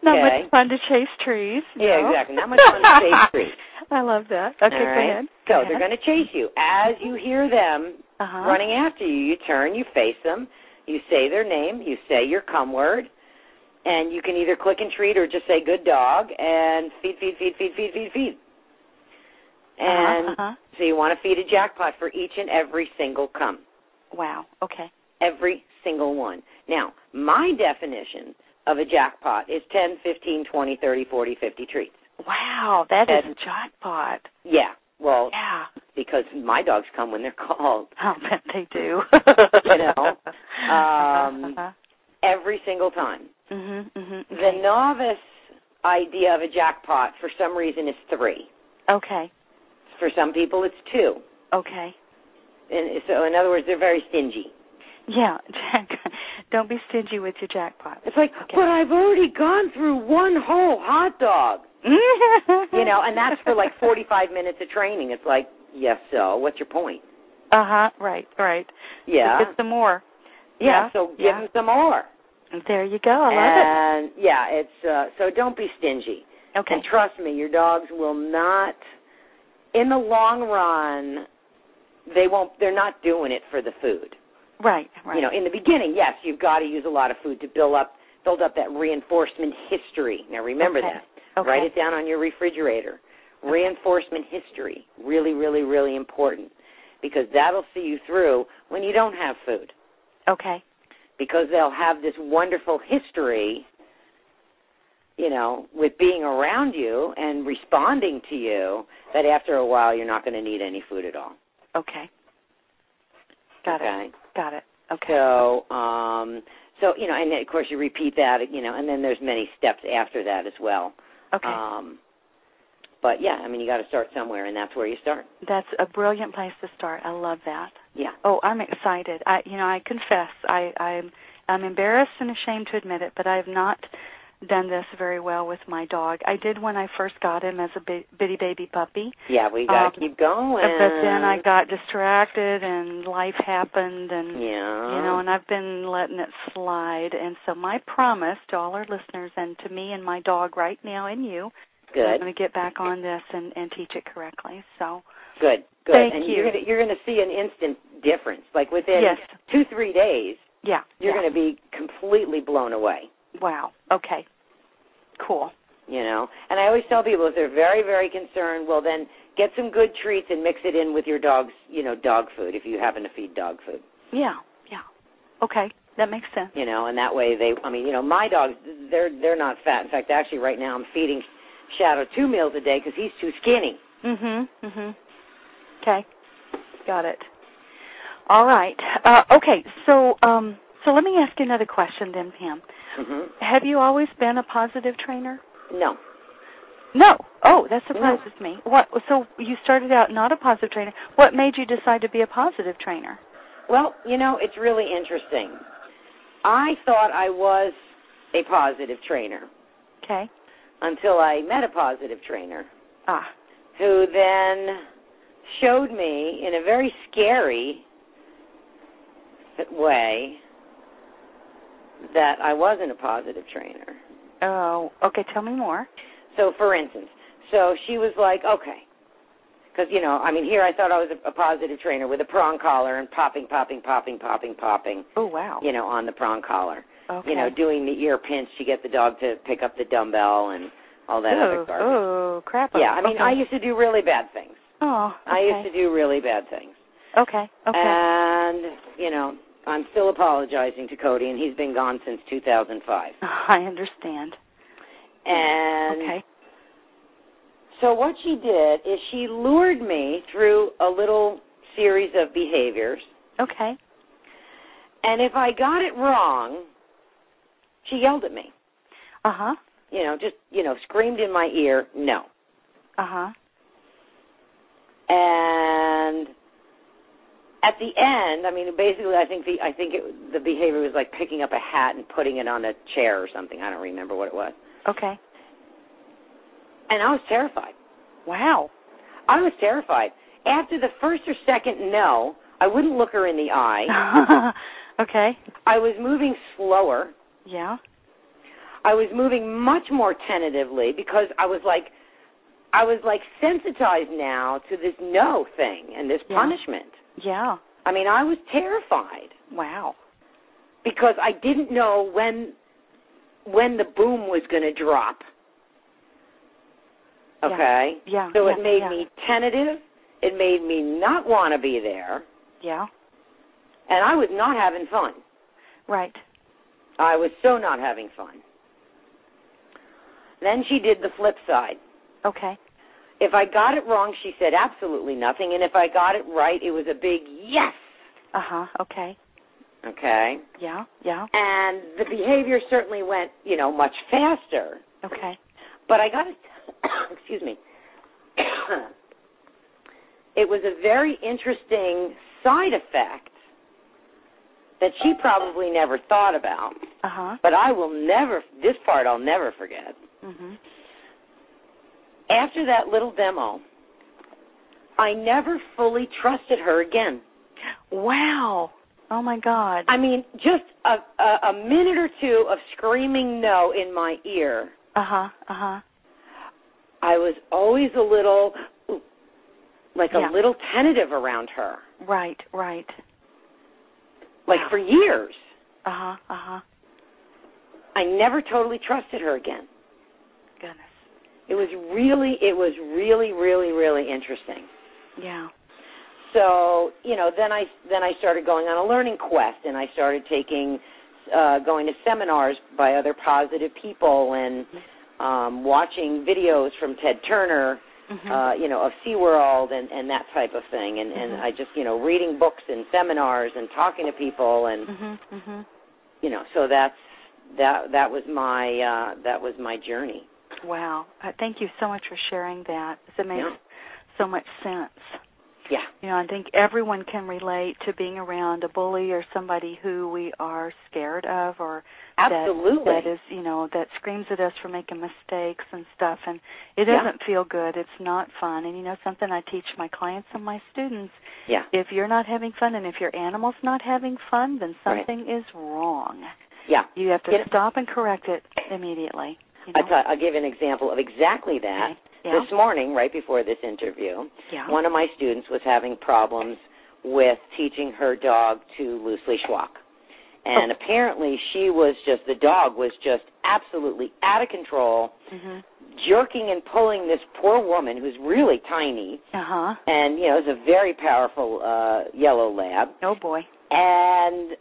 Not
Okay.
much fun to chase trees.
Yeah,
no.
exactly. Not much fun to chase trees.
I love that. Okay,
All right?
go ahead.
So they're going to chase you. As you hear them
to uh-huh.
running after you, you turn, you face them, you say their name, you say your come word, and you can either click and treat or just say good dog and feed, feed, feed, feed, feed, feed, feed. And
uh-huh. uh-huh.
so you want to feed a jackpot for each and every single come.
wow. Okay.
every single one. Now, my definition of a jackpot is 10, 15, 20, 30, 40, 50 treats.
Wow, that is
And-
a jackpot.
Yeah, well,
Yeah.
because my dogs come when they're called.
I'll bet they do. Uh-huh,
You know, um, Every single time.
mhm, mhm.
The novice idea of a jackpot, for some reason, is three.
Okay.
For some people, it's two.
Okay.
And so, in other words, they're very stingy.
Yeah, Jack. Don't be stingy with your jackpot.
It's like,
Okay.
but I've already gone through one whole hot dog. You
you
know, and that's for like 45 minutes of training. It's like, yes, so what's your point?
Uh huh. Right. Right.
Yeah.
Get some more.
Yeah,
Yeah,
so give
yeah.
them some more.
There you go. I
and yeah, it's uh so don't be stingy.
love it. Okay.
And trust me, your dogs will not in the long run they won't they're not doing it for the food.
Right. Right.
You know, in the beginning, yes, you've got to use a lot of food to build up build up that reinforcement history. Now remember
Okay.
that.
okay.
Write it down on your refrigerator.
Okay.
Reinforcement history, really really really important because that'll see you through when you don't have food.
Okay.
because they'll have this wonderful history, you know, with being around you and responding to you that after a while you're not going to need any food at all.
Okay. Got it.
okay?
Got it. Okay.
So, um, so you know, and then, of course you repeat that, you know, and then there's many steps after that as well.
okay.
Um, but yeah, I mean, you got to start somewhere, and that's where you start.
That's a brilliant place to start. I love that.
Yeah.
Oh, I'm excited. I you know, I confess I I'm I'm embarrassed and ashamed to admit it, but I have not done this very well with my dog. I did when I first got him as a bi- bitty baby puppy.
Yeah, we got
Um,
to keep going.
But then I got distracted and life happened and
Yeah. Oh.
you know, and I've been letting it slide. And so my promise to all our listeners and to me and my dog right now and you, I'm
good.
going to get back on this and, and teach it correctly. So
Good, good.
Thank
and
you.
are gonna, you're going to see an instant difference. Like within
yes,
two, three days,
yeah,
you're
yeah.
going to be completely blown away.
Wow. Okay. Cool.
You know, and I always tell people if they're very, very concerned, well then get some good treats and mix it in with your dog's, you know, dog food if you happen to feed dog food.
Yeah, yeah. Okay, that makes sense.
You know, and that way they, I mean, you know, my dogs, they're they're not fat. In fact, actually, right now I'm feeding Shadow two meals a day because he's
Mm-hmm,
too skinny.
Mhm. Mhm. Okay. Got it. All right. Uh, okay. So, um, so let me ask you another question then, Pam.
hmm
Have you always been a positive trainer?
No.
No. Oh, that surprises me. What? So you started out not a positive trainer. What made you decide to be a positive trainer?
Well, you know, it's really interesting. I thought I was a positive trainer
Okay.
until I met a positive trainer
Ah.
who then showed me in a very scary way that I wasn't a positive trainer.
Oh. Okay. Tell me more.
So, for instance, so she was like, okay, because you know, I mean, here I thought I was a, a positive trainer with a prong collar and popping, popping, popping, popping, popping,
Oh wow.
you know, on the prong collar.
Okay.
You know, doing the ear pinch to get the dog to pick up the dumbbell and all that other
Ooh,
garbage.
ooh, crap.
Yeah, I mean,
okay.
I used to do really bad things.
Oh. Okay.
I used Uh, to do really bad things.
Okay. Okay.
And, you know, I'm still apologizing to Cody, and he's been gone since 2005.
I understand.
And
Uh, okay.
so what she did is she lured me through a little series of behaviors.
Okay.
And if I got it wrong, she yelled at me.
Uh huh.
You know, just, you know, screamed in my ear, no.
Uh huh.
and at the end, I mean, basically, I think the I think it, the behavior was like picking up a hat and putting it on a chair or something. I don't remember what it was.
Okay.
And I was terrified.
Wow.
I was terrified. After the first or second no, I wouldn't look her in the eye.
okay.
I was moving slower.
Yeah.
I was moving much more tentatively because I was like, I was like sensitized now to this no thing and this
Yeah.
punishment.
Yeah.
I mean, I was terrified.
Wow.
because I didn't know when when the boom was going to drop.
Yeah.
Okay?
Yeah.
So
yeah,
it made
yeah,
me tentative, it made me not want to be there,
Yeah.
and I was not having fun.
Right.
I was so not having fun. Then she did the flip side.
Okay.
If I got it wrong, she said absolutely nothing, and if I got it right, it was a big yes.
Uh huh. Okay.
Okay?
Yeah. Yeah.
And the behavior certainly went, you know, much faster.
Okay.
But I got to, excuse me. it was a very interesting side effect that she probably never thought about,
Uh huh.
but I will never, this part I'll never forget.
Mhm.
After that little demo, I never fully trusted her again.
Wow. Oh my God.
I mean, just a, a, a minute or two of screaming no in my ear.
Uh huh. Uh huh.
I was always a little, like
Yeah.
a little tentative around her.
Right. Right.
like
Wow.
for years.
Uh huh. Uh huh.
I never totally trusted her again.
Goodness.
It was really, it was really, really, really interesting.
Yeah.
So you know, then I then I started going on a learning quest, and I started taking, uh, going to seminars by other positive people, and um, watching videos from Ted Turner,
Mhm.
uh, you know, of SeaWorld and and that type of thing, and and
Mhm.
I just you know reading books and seminars and talking to people and
Mhm. Mhm.
you know so that's that that was my uh that was my journey
Wow. Uh, thank you so much for sharing that. It makes
Yeah.
so much sense.
yeah
You know, I think everyone can relate to being around a bully or somebody who we are scared of or that-
absolutely
that is, you know, that screams at us for making mistakes and stuff and it
Yeah.
doesn't feel good. It's not fun. And you know something I teach my clients and my students,
yeah
if you're not having fun and if your animal's not having fun, then
Right.
something is wrong.
yeah
You have to
You know-
stop and correct it immediately. You
i
know?
t- i'll give an example of exactly that
Okay. Yeah. Oh.
this morning right before this interview
yeah.
one of my students was having problems with teaching her dog to loosely schwalk and apparently she was just the dog was just absolutely out of control
Mhm.
jerking and pulling this poor woman who's really tiny
Uh-huh.
and you know is a very powerful uh yellow lab
Oh boy.
and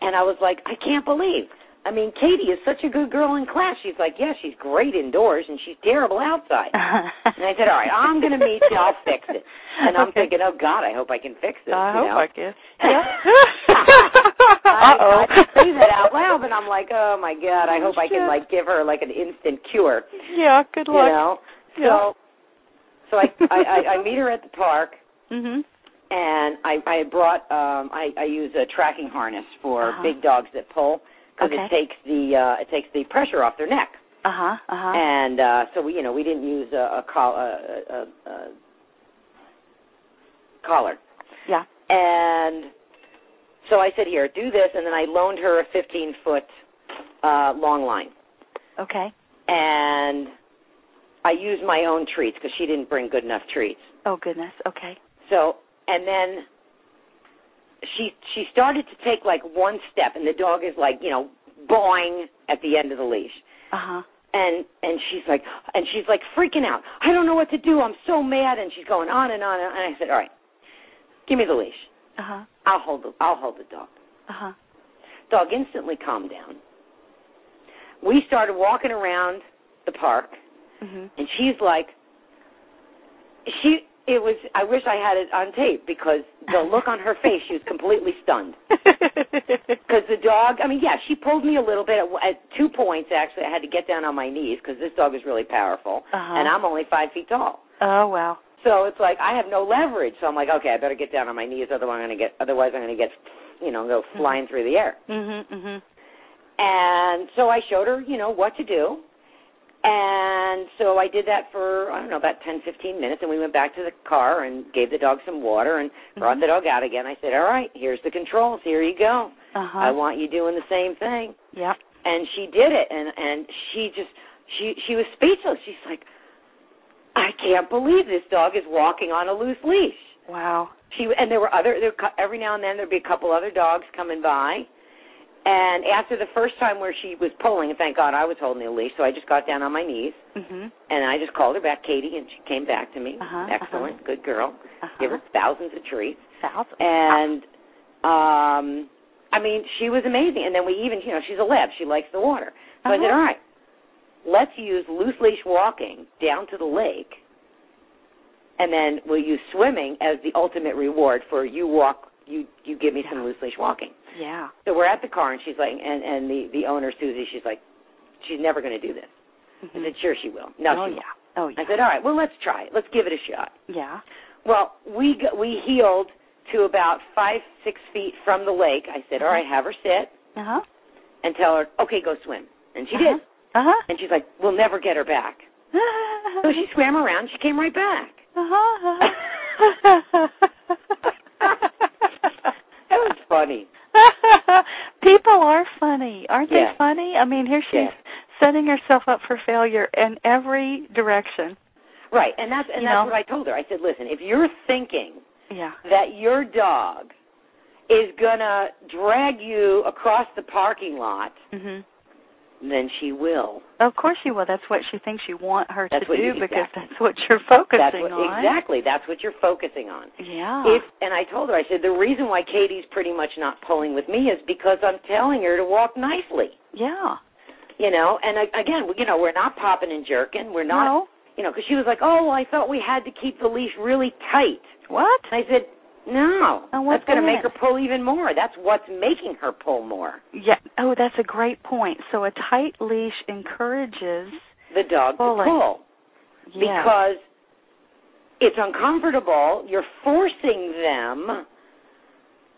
and I was like, I can't believe I mean, Katie is such a good girl in class. She's like, yeah, she's great indoors and she's terrible outside. and I said, all right, I'm going to meet you. I'll fix it. And I'm
Okay.
thinking, oh God, I hope I can fix this.
I
you
hope
know?
I can.
Yeah.
uh
I, I didn't say that out loud, but I'm like, oh my God, I hope I
Shit.
can like give her like an instant cure.
Yeah. Good
You
luck.
know.
Yeah.
So, so I, I I I meet her at the park,
Mm-hmm.
mhm.
and I I had brought um I I use a tracking harness for
Uh-huh.
big dogs that pull because
Okay.
it takes the uh it takes the pressure off their neck.
huh. Uh
Uh-huh.
huh.
And uh so we you know we didn't use a, a, col- a, a, a, a collar.
Yeah.
And so I said, "Here, do this," and then I loaned her a 15 foot uh long line,
Okay.
and I used my own treats because she didn't bring good enough treats.
Oh goodness. Okay.
So and then she she started to take like one step, and the dog is like you know boing at the end of the leash.
Uh huh.
and and she's like and she's like freaking out i don't know what to do i'm so mad and she's going on and on and, on. and i said all right give me the leash
Uh huh.
i'll hold the i'll hold the dog
Uh huh.
dog instantly calmed down we started walking around the park
Mhm.
and she's like she it was i wish i had it on tape because the look on her face she was completely stunned
Uh-huh.
because the dog i mean yeah she pulled me a little bit at, at two points actually i had to get down on my knees because this dog is really powerful
Uh-huh.
and i'm only five feet tall
Oh wow.
so it's like i have no leverage so i'm like okay i better get down on my knees otherwise i'm going to get otherwise i'm going to get you know go flying through the air
Mhm. Mhm.
and so i showed her you know what to do and so i did that for i don't know about ten fifteen minutes and we went back to the car and gave the dog some water and brought
Mhm.
the dog out again i said all right here's the controls here you go
Uh huh.
i want you doing the same thing
Yep.
and she did it and and she just she she was speechless she's like i can't believe this dog is walking on a loose leash
Wow.
she and there were other there cou- every now and then there'd be a couple other dogs coming by and after the first time where she was pulling and thank god i was holding the leash so i just got down on my knees
Mhm.
and i just called her back katie and she came back to me
Uh-huh,
excellent good girl
Uh-huh.
give her thousands of treats
Thousand.
and um I mean, she was amazing. And then we even, you know, she's a lab. She likes the water. So I said,
Uh-huh.
all right, let's use loose leash walking down to the lake, and then we'll use swimming as the ultimate reward for you walk. You you give me some loose leash walking.
Yeah.
So we're at the car, and she's like, and and the the owner Susie, she's like, she's never going to do this. I
Mhm.
said, sure she will. No,
oh
she
yeah. Oh
won't. I
yeah.
said, all right, well let's try it. Let's give it a shot.
Yeah.
Well, we go, we healed to about five six feet from the lake. I said, all right, have her sit
Uh huh.
and tell her, okay, go swim. And she
Uh-huh.
did.
Uh huh.
And she's like, we'll never get her back. So she swam around. She came right back.
Uh-huh.
That was funny.
People are funny, aren't
Yeah.
they funny? I mean, here she's
Yeah.
setting herself up for failure in every direction.
Right, and that's and
You
that's
know.
what I told her. I said, listen, if you're thinking
Yeah.
that your dog is gonna drag you across the parking lot,
Mhm.
then she will.
Of course you will. That's what she thinks you want her
That's
to
what
do
you-
because
exactly.
that's what you're focusing
that's what
on.
exactly. That's what you're focusing on.
Yeah.
If and I told her, I said the reason why Katie's pretty much not pulling with me is because I'm telling her to walk nicely.
yeah.
You know, and I, again, you know, we're not popping and jerking. We're not,
no.
you know, because she was like, "Oh, I thought we had to keep the leash really tight."
What?
And I said, "No,
And what's
that's going to
that?
make her pull even more. That's what's making her pull more.
Yeah. Oh, that's a great point. So a tight leash encourages
The dog
Pulling.
to pull
yeah.
because it's uncomfortable. You're forcing them."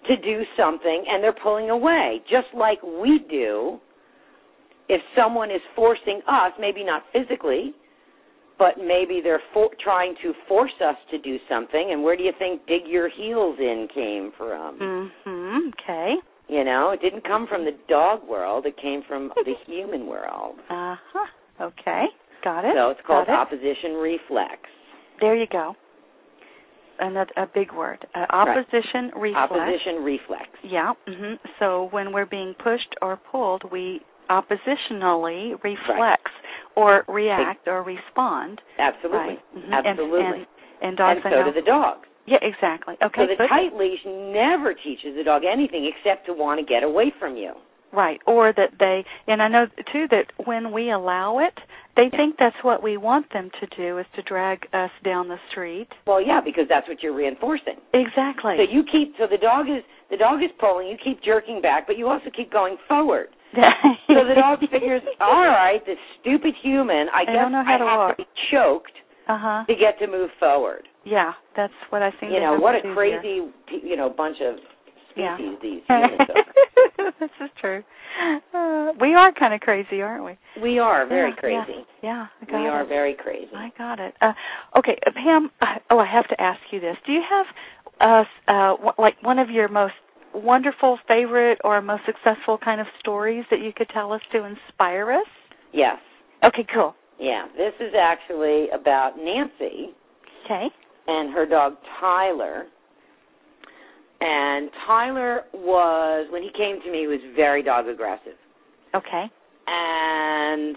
To do something and they're pulling away, just like we do if someone is forcing us, maybe not physically, but maybe they're for, trying to force us to do something. And where do you think dig your heels in came from?
Mhm. Okay.
You know, it didn't come from the dog world, it came from the human world.
Uh-huh. Okay. Got it.
So it's called
Got it.
opposition reflex.
There you go. Another a big word. Uh, opposition reflex.
Opposition reflex.
Yeah. hmm So when we're being pushed or pulled, we oppositionally reflex or react or respond.
Absolutely.
Right. Mhm. And-
Absolutely.
And, and dogs
and
are
so
now-
do the dogs.
Yeah, exactly. Okay.
so the
good.
tight leash never teaches the dog anything except to want to get away from you.
Right, or that they, and I know too that when we allow it, they think that's what we want them to do is to drag us down the street.
Well, yeah, because that's what you're reinforcing.
Exactly.
So you keep so the dog is the dog is pulling, you keep jerking back, but you also keep going forward. So the dog figures, all right, this stupid human, I,
I
guess
don't know how
I
to
have
walk.
to be choked
Uh huh.
to get to move forward.
Yeah, that's what I think.
you know what a crazy p you know bunch of species
Yeah.
these humans are.
this is true. Uh, we are kind of crazy, aren't we?
We are very
Yeah, yeah,
crazy.
Yeah, I got
We are
it.
very crazy.
I got it. Uh, okay, uh, Pam. I- Oh, I have to ask you this. Do you have uh, s- uh, w- like one of your most wonderful, favorite, or most successful kind of stories that you could tell us to inspire us?
Yes.
Okay, cool.
Yeah. This is actually about Nancy
Okay.
and her dog Tyler. And Tyler was when he came to me he was very dog aggressive.
Okay.
and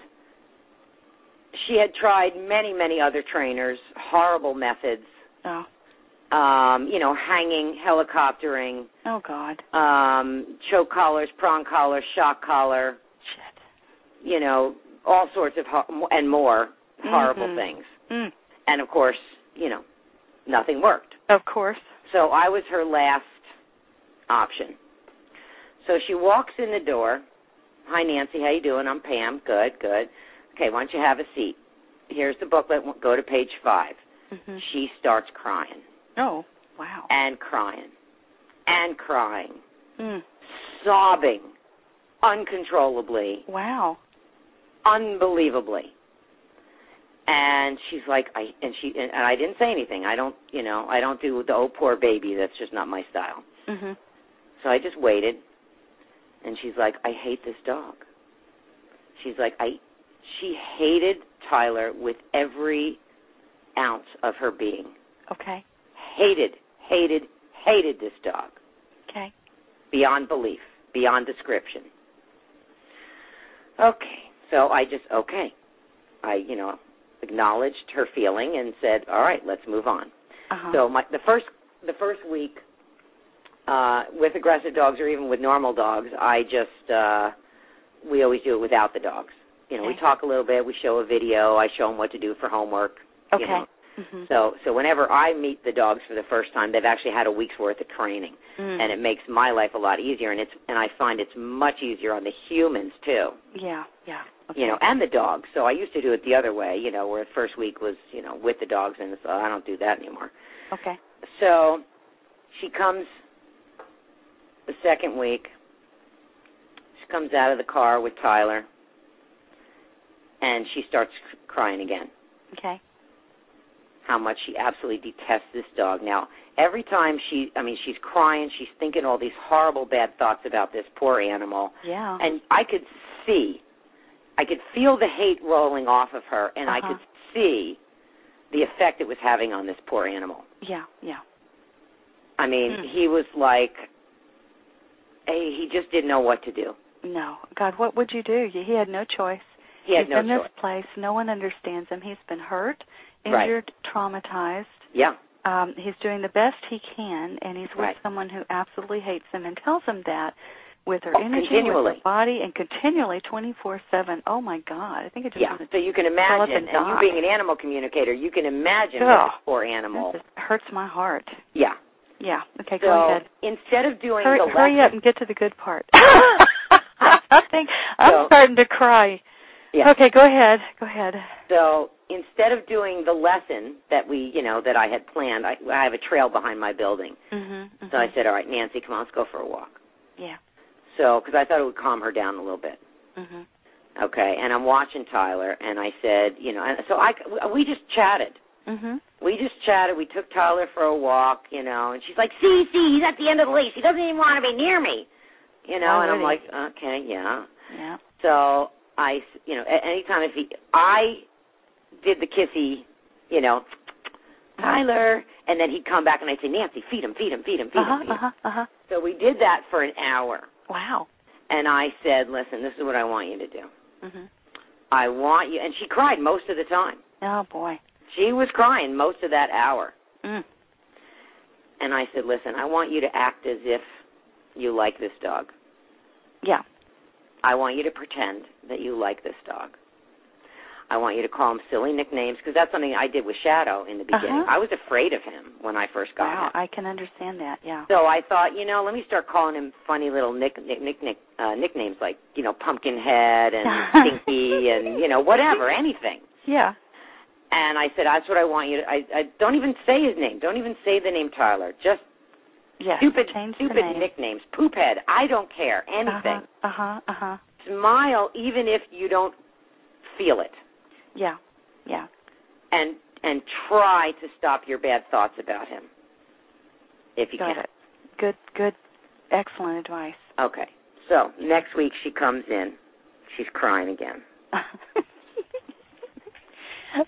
she had tried many many other trainers horrible methods
Oh.
um you know hanging helicoptering
Oh God.
um choke collars prong collars shock collar
Shit.
you know all sorts of ho- and more horrible
Mhm.
things
Mm.
and of course you know nothing worked
Of course.
so i was her last option so she walks in the door hi nancy how you doing i'm pam good good okay why don't you have a seat here's the booklet go to page five
Mm-hmm.
she starts crying
Oh. Wow.
and crying and crying
Mm.
sobbing uncontrollably
Wow.
unbelievably and she's like i and she and i didn't say anything i don't you know i don't do the oh poor baby that's just not my style
Mhm.
So I just waited, and she's like, "I hate this dog." She's like, "I," she hated Tyler with every ounce of her being.
Okay.
Hated, hated, hated this dog
Okay.
beyond belief, beyond description. Okay, so I just okay, I you know acknowledged her feeling and said, "All right, let's move on."
Uh-huh.
So my the first the first week uh with aggressive dogs or even with normal dogs, I just uh we always do it without the dogs. You know, we
Okay.
talk a little bit, we show a video, I show them what to do for homework.
okay.
You know.
Mhm.
So so whenever I meet the dogs for the first time, they've actually had a week's worth of training,
Mm.
and it makes my life a lot easier. And it's and I find it's much easier on the humans too
yeah. Yeah. Okay.
you know, and the dogs. So I used to do it the other way, you know, where the first week was, you know, with the dogs, and so I don't do that anymore.
Okay.
So she comes the second week. She comes out of the car with Tyler, and she starts c- crying again.
Okay.
How much she absolutely detests this dog. Now, every time she, I mean, she's crying, she's thinking all these horrible, bad thoughts about this poor animal.
Yeah.
and I could see, I could feel the hate rolling off of her, and I
Uh-huh.
could see the effect it was having on this poor animal.
yeah. Yeah.
I mean,
Hmm.
he was like, eh, he just didn't know what to do.
No. God, what would you do? He had no choice.
He had
He's
no
in
choice.
this place. No one understands him. He's been hurt,
Right.
injured, traumatized.
Yeah,
Um, he's doing the best he can, and he's with
Right.
someone who absolutely hates him and tells him that with her
Oh,
energy, with
continually.
her body, and continually, twenty four seven. Oh my God, I think it just
yeah.
doesn't-
So you can
up
imagine,
and
and you
die.
being an animal communicator, you can imagine what
Ugh.
this poor animal.
that just hurts my heart.
Yeah.
Yeah. Okay, go
So
ahead.
instead of doing
Hurry,
the
hurry up
lesson,
and get to the good part. I think I'm
So-
starting to cry.
yeah.
Okay, go ahead. Go ahead.
So instead of doing the lesson that we, you know, that I had planned, I, I have a trail behind my building.
Mm-hmm,
So I said, "All right, Nancy, come on, let's go for a walk."
Yeah.
So, because I thought it would calm her down a little bit.
Mhm.
Okay, and I'm watching Tyler, and I said, you know, and so I we just chatted.
Mhm.
We just chatted. We took Tyler for a walk, you know, and she's like, "See, see, he's at the end of the leash. He doesn't even want to be near me," you know.
Why
and I'm
would
like, "Okay, yeah."
Yeah.
So I, s- you know, a- anytime if he, I did the kissy, you know, Tyler, and then he'd come back, and I'd say, "Nancy, feed him, feed him, feed him, feed him."
Uh-huh,
feed him.
uh-huh, uh-huh.
So we did that for an hour.
Wow.
and I said, "Listen, this is what I want you to do.
Mhm.
I want you." And she cried most of the time.
Oh boy.
She was crying most of that hour.
Mm.
And I said, "Listen, I want you to act as if you like this dog.
Yeah.
I want you to pretend that you like this dog. I want you to call him silly nicknames because that's something I did with Shadow in the beginning.
Uh-huh.
I was afraid of him when I first got
Wow,
him.
I can understand that. Yeah.
So I thought, you know, let me start calling him funny little nick nick nick, nick uh, nicknames like, you know, Pumpkinhead and Stinky and you know whatever, anything.
Yeah.
And I said, that's what I want you to. I, I don't even say his name. Don't even say the name Tyler. Just
Yes.
stupid,
Change the
stupid
name.
nicknames. Poophead. I don't care. Anything.
Uh huh. Uh huh.
Smile even if you don't feel it,
Yeah. Yeah.
and and try to stop your bad thoughts about him. If you
Got
can.
it. Good. Good. Excellent advice.
Okay. So next week she comes in. She's crying again.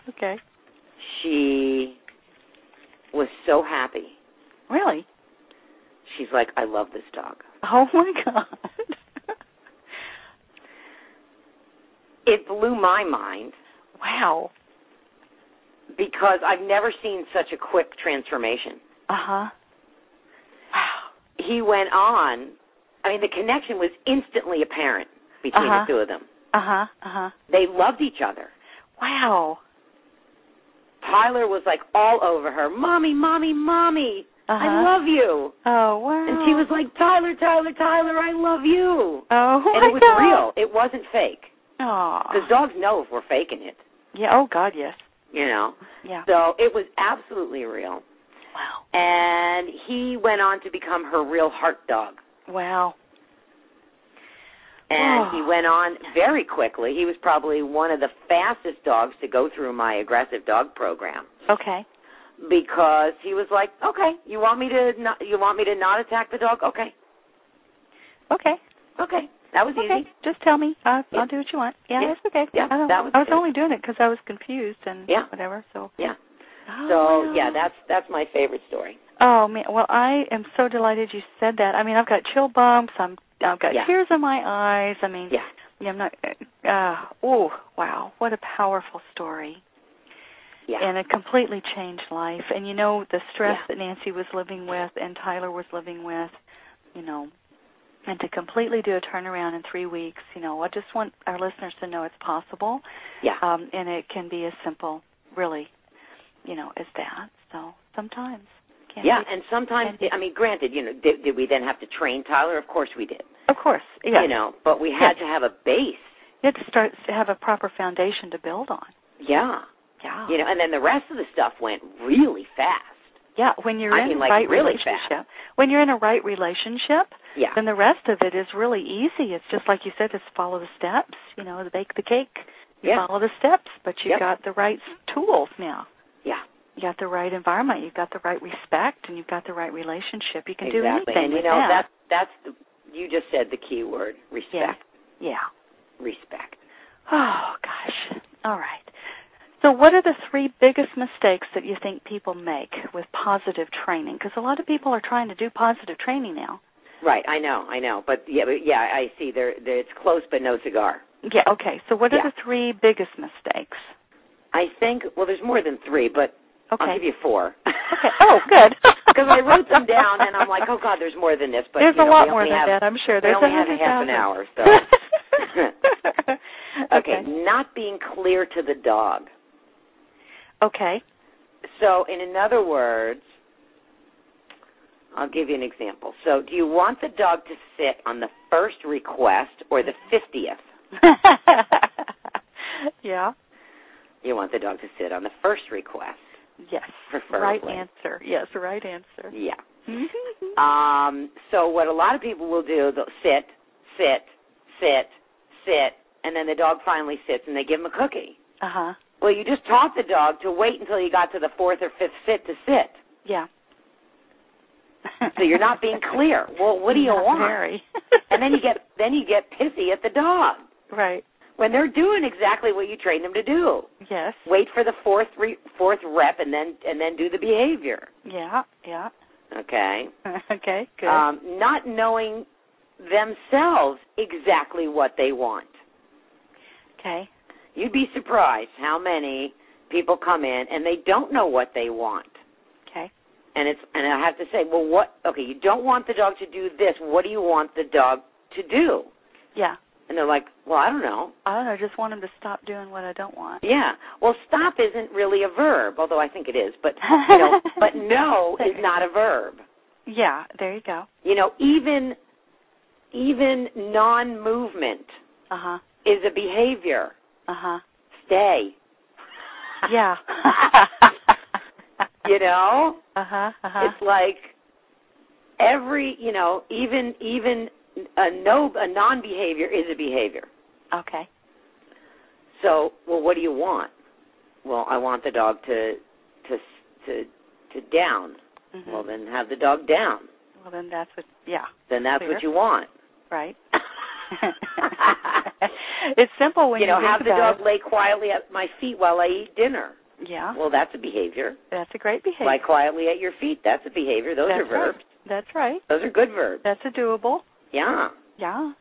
okay.
She was so happy.
Really?
She's like, I love this dog.
Oh my god.
It blew my mind
wow.
because I've never seen such a quick transformation.
Uh huh. Wow.
He went on. I mean, the connection was instantly apparent between
Uh-huh.
the two of them.
Uh huh. Uh huh.
They loved each other.
Wow.
Tyler was like all over her, "Mommy, mommy, mommy,
Uh-huh.
I love you."
Oh wow.
And she was like, "Tyler, Tyler, Tyler, I love you."
Oh
and
my
it was
god.
real. It wasn't fake.
Aw.
Because dogs know if we're faking it,
Yeah. Oh god. Yes.
you know.
Yeah.
So it was absolutely real.
Wow.
And he went on to become her real heart dog.
Wow.
And
Oh.
he went on very quickly. He was probably one of the fastest dogs to go through my aggressive dog program
Okay.
because he was like, "Okay, you want me to not, you want me to not attack the dog? Okay,
Okay.
okay." That was
Okay.
easy.
Just tell me. I'll,
Yeah.
I'll do what you want. Yeah,
Yeah.
that's okay.
Yeah,
I, don't,
that was
I was
good.
only doing it because I was confused and
Yeah.
whatever. So.
Yeah.
Oh,
So
wow.
yeah, that's that's my favorite story.
Oh man, well I am so delighted you said that. I mean, I've got chill bumps. I'm I've got
Yeah.
tears in my eyes. I mean,
Yeah.
yeah, I'm not. Uh, oh wow, what a powerful story.
Yeah.
and it completely changed life. And you know the stress
Yeah.
that Nancy was living with and Tyler was living with, you know, and to completely do a turnaround in three weeks, you know, I just want our listeners to know it's possible,
yeah.
um, and it can be as simple, really, you know, as that. So sometimes, can't
yeah,
be-
and sometimes I mean, granted, you know, did, did we then have to train Tyler? Of course we did.
of course, yeah,
You know, but we
Yes.
had to have a base.
you have to start to have a proper foundation to build on.
Yeah.
Yeah,
You know, and then the rest of the stuff went really fast.
yeah. When you're
I
in
mean,
a
like,
right
really fast.
relationship, when you're in a right relationship,
Yeah.
then the rest of it is really easy. It's just like you said, just follow the steps. You know, bake the cake, you
Yeah.
follow the steps, but you
Yep.
got the right s- tools now.
Yeah.
You got the right environment. You've got the right respect, and you've got the right relationship. You can do
exactly.
anything
and you
with
know,
that.
that's that's the you just said the key word, respect.
yeah.
Respect.
Oh gosh. All right. So, what are the three biggest mistakes that you think people make with positive training? Because a lot of people are trying to do positive training now.
Right, I know, I know. But yeah, but yeah, I see there, there it's close but no cigar.
Yeah. Okay. So, what are
Yeah.
the three biggest mistakes?
I think well there's more than 3, but
Okay.
I'll give you 4.
Okay. Oh, good.
Because I wrote them down and I'm like, "Oh god, there's more than this." But
there's
you know,
a lot
we
more
only
than
have,
that. I'm sure.
we
There's
only have
100,000.
half an hour, so
okay.
okay, not being clear to the dog.
Okay.
So, in other words, I'll give you an example. So, do you want the dog to sit on the first request or the 50th?
yeah.
You want the dog to sit on the first request.
Yes. Right
Preferably.
answer. Yes, right answer.
Yeah.
Mhm.
Um, so, what a lot of people will do, they'll sit, sit, sit, sit, and then the dog finally sits and they give him a cookie.
uh-huh.
Well, you just taught the dog to wait until you got to the fourth or fifth sit to sit.
Yeah.
So you're not being clear. Well, what do you
Not
want?
very.
And then you get then you get pissy at the dog
right.
when they're doing exactly what you trained them to do.
Yes.
Wait for the fourth re- fourth rep and then and then do the behavior.
Yeah. Yeah.
Okay.
okay. Good.
Um, not knowing themselves exactly what they want.
okay.
You'd be surprised how many people come in and they don't know what they want.
Okay.
And it's and I have to say, well, what? Okay, you don't want the dog to do this. What do you want the dog to do?
Yeah.
And they're like, well, I don't know.
I don't know. I just want him to stop doing what I don't want.
Yeah. Well, stop isn't really a verb, although I think it is. But you know, but no is not a verb.
Yeah, there you go.
You know, even even non-movement
Uh huh.
is a behavior.
Uh huh.
Stay.
Yeah.
you know,
Uh huh. Uh huh.
it's like every you know, even even a no a non-behavior is a behavior.
Okay.
So, well, what do you want? Well, I want the dog to to to to down.
Mm-hmm.
Well, then have the dog down.
Well, then that's what. Yeah.
Then that's
Clear.
what you want.
Right. it's simple when
you
you,
know,
think
have the
about
dog lay quietly at my feet while I eat dinner.
it. Yeah.
Well, that's a behavior.
that's a great behavior.
Lie quietly at your feet. That's a behavior. Those
that's
are verbs.
Right. That's right.
Those are good verbs.
That's a doable.
Yeah.
Yeah.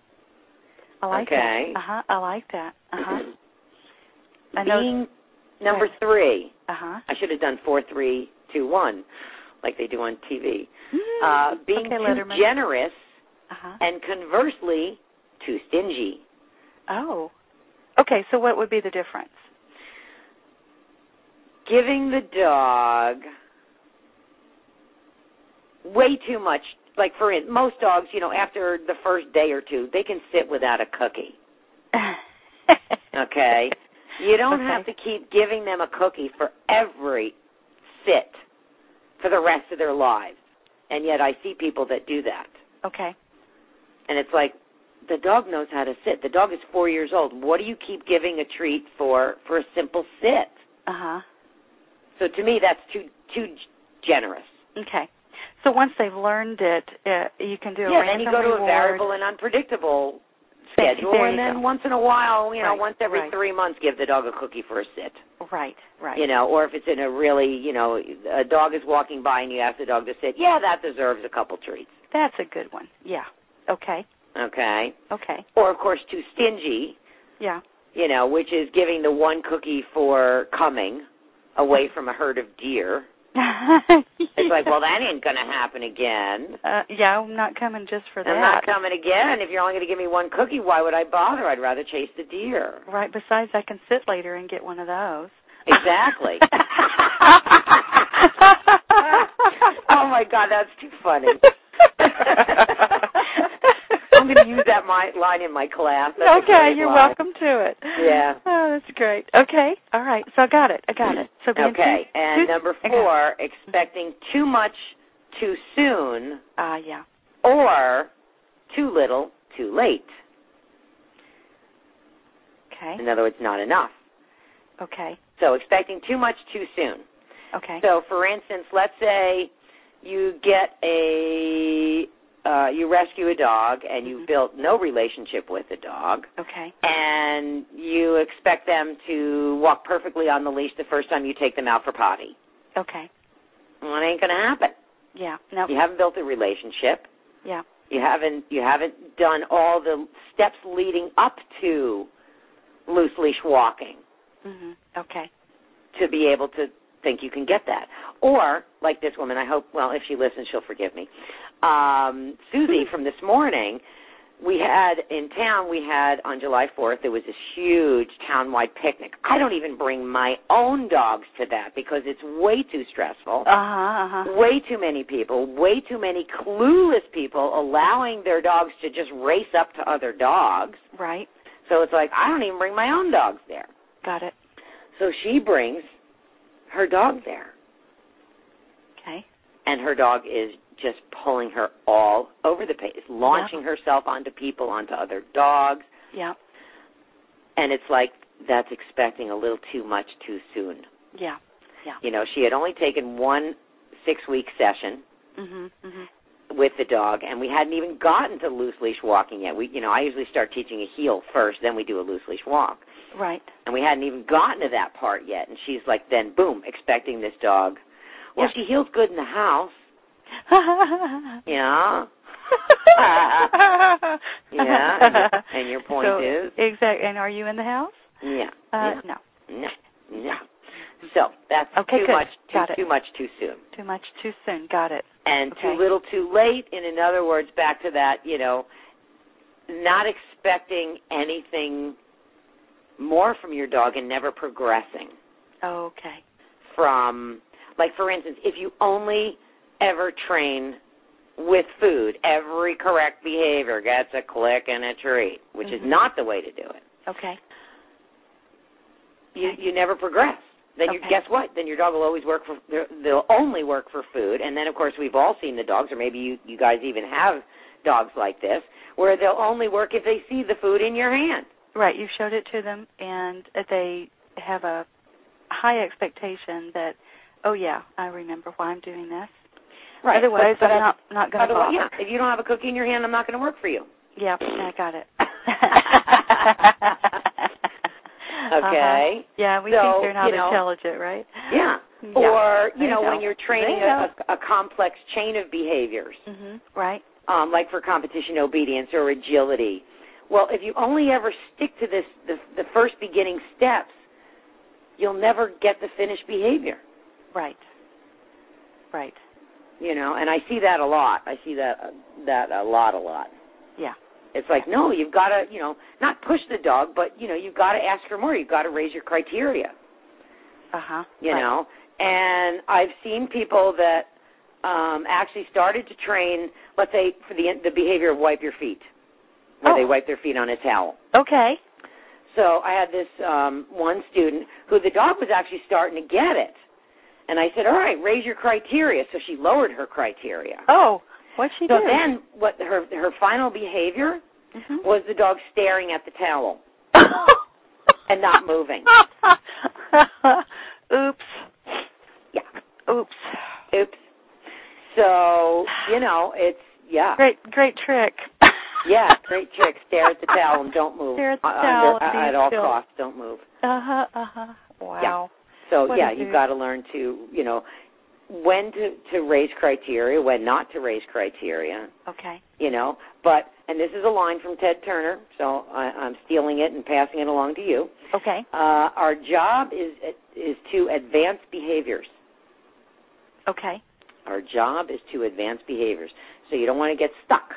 I like
Okay.
that. Uh huh. I like that. Uh huh. I know-
Being Uh-huh. number three.
Uh huh.
I should have done four, three, two, one, like they do on TV. Uh, being
Mm-hmm. okay,
too
Letterman.
generous
uh huh.
and conversely too stingy.
Oh. Okay, so what would be the difference?
Giving the dog way too much. Like for in, most dogs, you know, after the first day or two, they can sit without a cookie. Okay. You don't
Okay.
have to keep giving them a cookie for every sit for the rest of their lives. And yet I see people that do that.
Okay.
And it's like the dog knows how to sit. The dog is 4 years old. What do you keep giving a treat for for a simple sit?
Uh huh.
So to me that's too too generous.
Okay. So once they've learned it, uh, you can do a
yeah,
random
then you go to
reward.
a variable and unpredictable
There
schedule
you
and then
go.
once in a while, you know,
Right,
once every
right.
3 months give the dog a cookie for a sit.
Right. Right.
you know, or if it's in a really, you know, a dog is walking by and you ask the dog to sit, yeah, that deserves a couple treats,
That's a good one. Yeah. Okay.
okay?
Okay.
Or of course, too stingy,
Yeah.
you know, which is giving the one cookie for coming away from a herd of deer. It's like, well, that ain't gonna happen again.
Uh, yeah, I'm not coming just for that.
I'm not coming again. If you're only gonna give me one cookie, why would I bother? I'd rather chase the deer.
Right. Besides, I can sit later and get one of those.
Exactly. oh my god, that's too funny. I'm going to use that my line in my class. That's a
okay,
great
you're
line.
welcome to it.
Yeah.
Oh, that's great. Okay, all right. So I got it. I got it. So being
Okay,
too-
and
too-
number
I got it.
four, expecting too much too soon
Ah, yeah.
or too little too late.
Okay.
In other words, not enough.
Okay.
So expecting too much too soon.
Okay.
So, for instance, let's say you get a uh, you rescue a dog and you've
Mhm.
built no relationship with the dog,
okay.
and you expect them to walk perfectly on the leash the first time you take them out for potty.
Okay.
Well, it ain't gonna happen.
Yeah. No.
You haven't built a relationship.
Yeah.
You haven't you haven't done all the steps leading up to loose leash walking.
Mhm. Okay.
to be able to think you can get that. Or like this woman, I hope. Well, if she listens, she'll forgive me. Um, Susie from this morning, we had in town. We had on July fourth. There was this huge townwide picnic. I don't even bring my own dogs to that because it's way too stressful.
Uh huh. Uh huh.
Way too many people, way too many clueless people allowing their dogs to just race up to other dogs.
Right.
So it's like, I don't even bring my own dogs there.
Got it.
So she brings her dog there,
Okay.
and her dog is just pulling her all over the place, launching herself onto people, onto other dogs,
Yeah.
and it's like that's expecting a little too much too soon.
Yeah.
You know, she had only taken one six week session
Mhm. Mhm.
with the dog and we hadn't even gotten to loose leash walking yet. We you know, I usually start teaching a heel first, then we do a loose leash walk.
Right.
and we hadn't even gotten to that part yet and she's like then boom expecting this dog well she heals good in the house yeah yeah and your, and your point
so,
is
exactly. And are you in the house?
yeah,
Uh, no.
yeah no no so that's
Okay,
too
good.
much too,
Got it.
too much too soon
Too much, too soon. Got it.
and
Okay.
too little too late and in other words back to that you know not expecting anything more from your dog and never progressing
Okay.
from like for instance if you only ever train with food every correct behavior gets a click and a treat which
Mhm.
is not the way to do it
Okay.
you you never progress then you
Okay.
guess what then your dog will always work for they'll only work for food and then of course we've all seen the dogs or maybe you you guys even have dogs like this where they'll only work if they see the food in your hand
Right. You showed it to them, and they have a high expectation that, oh yeah, I remember why I'm doing this. Otherwise,
But- but
I'm
I-
not not going to
otherwise-
bother.
yeah if you don't have a cookie in your hand i'm not going to work for you
Yeah, I got it.
okay.
Uh-huh. Yeah, we
So,
think they're not
you know,
intelligent, right?
Yeah.
Yeah.
Or
There
you know
you
when
go.
you're training
There you
a, a, a complex chain of behaviors,
hmm Right.
um, like for competition obedience or agility. Well, if you only ever stick to this the, the first beginning steps, you'll never get the finished behavior.
Right. Right.
You know, and I see that a lot. I see that that a lot, a lot.
Yeah.
It's like no, you've got to you know not push the dog, but you know you've got to ask for more. You've got to raise your criteria.
Uh huh.
you know and i've seen people that um actually started to train let's say for the the behavior of wipe your feet where
Oh.
they wipe their feet on a towel
Okay.
so i had this um one student who the dog was actually starting to get it and i said all right raise your criteria so she lowered her criteria
Oh, what she
so
do?
then what her her final behavior
Mhm.
was the dog staring at the towel and not moving
Oops.
yeah
Oops.
oops so you know it's yeah
Great, great trick.
Yeah, great trick. Stare at the towel and don't move.
Stare at the
Uh,
towel
under-
and be
at all
still.
costs, don't move.
Uh huh. Uh huh. Wow.
So
What
yeah,
a
you've
dude.
got to learn to you know when to to raise criteria, when not to raise criteria.
Okay.
You know, but and this is a line from Ted Turner, so I, I'm stealing it and passing it along to you.
Okay.
Uh, our job is is to advance behaviors.
Okay.
Our job is to advance behaviors. So you don't want to get stuck.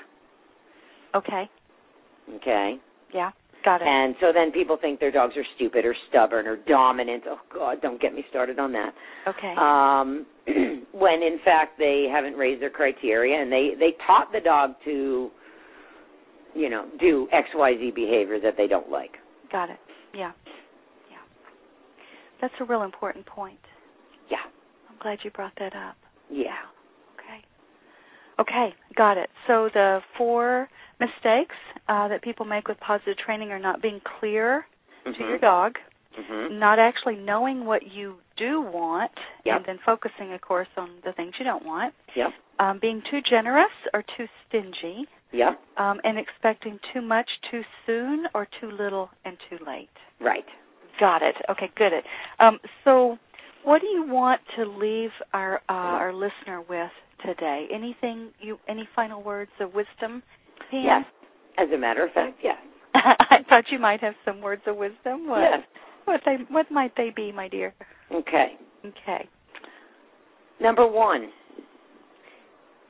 Okay.
Okay.
Yeah. Got it.
And so then people think their dogs are stupid or stubborn or dominant. Oh God, don't get me started on that.
okay.
Um, when in fact they haven't raised their criteria and they they taught the dog to, you know, do X Y Z behavior that they don't like.
Got it. Yeah. Yeah. That's a real important point.
Yeah,
I'm glad you brought that up.
yeah,
Okay. Okay, got it. So the four mistakes uh, that people make with positive training are not being clear
Mm-hmm.
to your dog,
hmm
not actually knowing what you do want,
Yep.
and then focusing, of course, on the things you don't want,
Yep,
um, being too generous or too stingy,
yep,
um, and expecting too much too soon or too little and too late.
right.
Got it. Okay, good. Um, so, what do you want to leave our uh, our listener with today? Anything you? Any final words of wisdom? Pam?
Yes. As a matter of fact, yes,
I thought you might have some words of wisdom. What?
yes.
What they? What might they be, my dear?
Okay.
Okay.
Number one,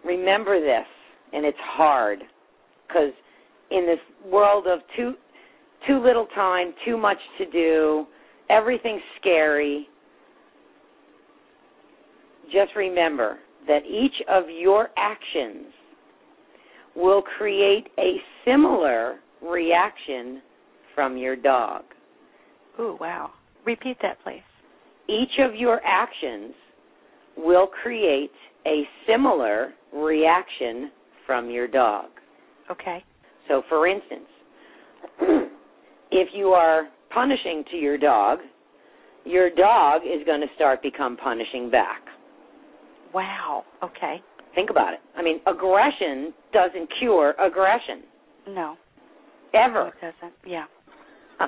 remember this, and it's hard because in this world of too too little time, too much to do, everything's scary. Just remember that each of your actions will create a similar reaction from your dog
Ooh, wow. Repeat that, please.
each of your actions will create a similar reaction from your dog.
Okay.
So, for instance, if you are punishing to your dog, your dog is going to start become punishing back.
Wow. Okay.
Think about it. I mean, aggression doesn't cure aggression
No,
ever.
it doesn't. Yeah.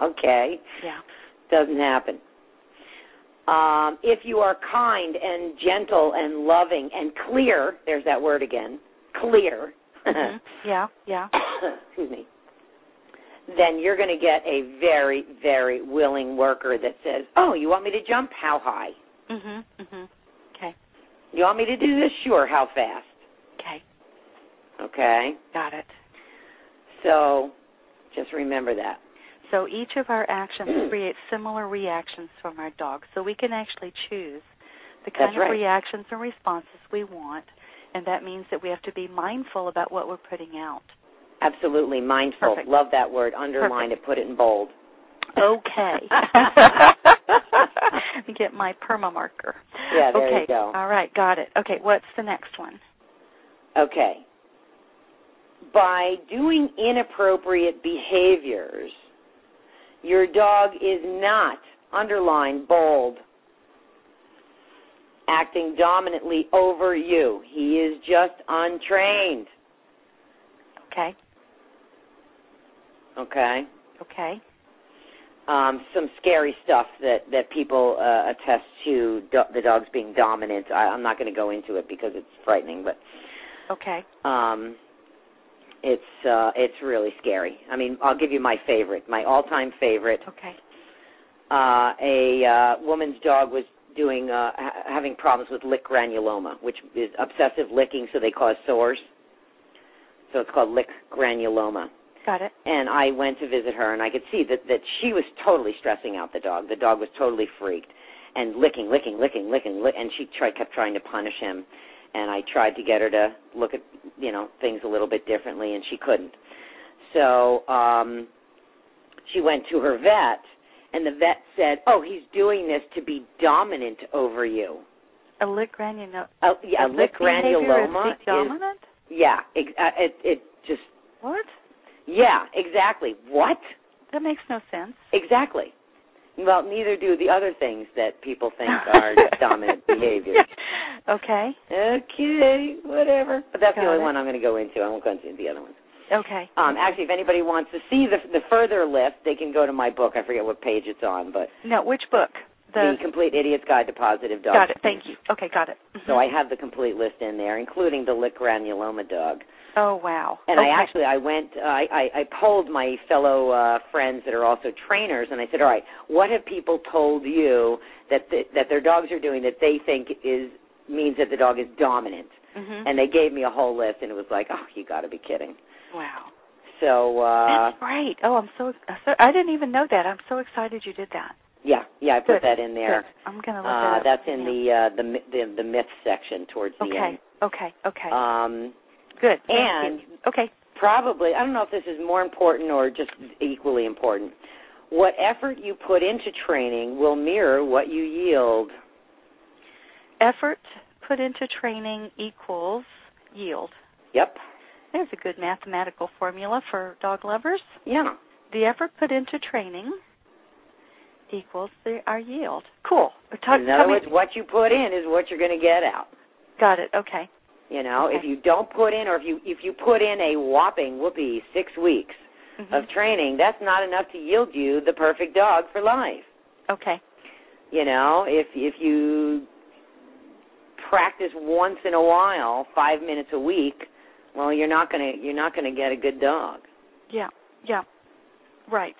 Okay,
Yeah.
doesn't happen. Um, if you are kind and gentle and loving and clear, there's that word again, clear.
Mhm. Yeah. Yeah.
excuse me, then you're going to get a very, very willing worker that says, Oh, you want me to jump? How high?
Mhm. Mhm. Okay.
You want me to do this? Sure. How fast?
Okay.
Okay.
Got it.
So Just remember that.
So each of our actions creates similar reactions from our dog. So we can actually choose the kind
That's
of
right.
reactions and responses we want. And that means that we have to be mindful about what we're putting out.
Absolutely mindful.
Perfect.
Love that word. Underline it. Put it in bold.
Okay. Get my perma marker.
Yeah, there
okay.
you go.
All right, got it. Okay, what's the next one?
Okay. By doing inappropriate behaviors, your dog is not, underline, bold, acting dominantly over you. He is just untrained.
Okay.
Okay?
Okay.
Um, some scary stuff that, that people uh, attest to do- the dogs being dominant. I, I'm not going to go into it because it's frightening, but
Okay.
um it's uh it's really scary i mean i'll give you my favorite my all time favorite
Okay.
uh a uh woman's dog was doing uh ha- having problems with lick granuloma which is obsessive licking so they cause sores so it's called lick granuloma
Got it.
and i went to visit her and i could see that that she was totally stressing out the dog the dog was totally freaked and licking licking licking licking lick, and she tried kept trying to punish him and I tried to get her to look at you know things a little bit differently, and she couldn't. So um, she went to her vet, and the vet said, "Oh, he's doing this to be dominant over you."
A lick granuloma.
Uh, yeah, lick granuloma
Is dominant?
yeah, ex- uh, it it just
What?
yeah, exactly. What
That makes no sense.
exactly? Well, neither do the other things that people think are dominant behaviors.
Okay.
Okay, whatever. But that's
Got
the only
it.
one I'm going to go into. I won't go into the other ones.
Okay.
Um, actually, if anybody wants to see the the further list, they can go to my book. I forget what page it's on, but
No, which book?
the, Complete Idiot's Guide to Positive Dogs.
Got it. Thank you. Okay, got it. Mm-hmm.
So I have the complete list in there, including the lick granuloma dog.
Oh wow.
And
Okay.
I actually I went uh, I, I I polled my fellow uh, friends that are also trainers, and I said, all right, what have people told you that the, that their dogs are doing that they think is means that the dog is dominant?
Mhm.
And they gave me a whole list, and it was like, oh, you got to be kidding.
wow.
So uh
That's great. Oh, I'm so, so I didn't even know that. I'm so excited you did that.
yeah, yeah, I put
Good.
that in there.
Good. I'm gonna look that
Uh,
up
that's
right
in
now.
the uh, the mi- the the myth section towards the
Okay.
end.
Okay. Okay.
Um,
Good. Thank
and-
you. okay.
probably I don't know if this is more important or just equally important. What effort you put into training will mirror what you yield.
Effort put into training equals yield.
Yep.
There's a good mathematical formula for dog lovers.
Yeah.
The effort put into training equals the, our yield. Cool. Talk,
in
tell
other
me-
words, what you put in is what you're going to get out.
got it. Okay.
You know, if
Okay.
you don't put in, or if you if you put in a whopping whoopee six weeks
Mhm.
of training, that's not enough to yield you the perfect dog for life.
okay.
you know if if you practice once in a while five minutes a week well you're not going to you're not going to get a good dog
Yeah, yeah, right.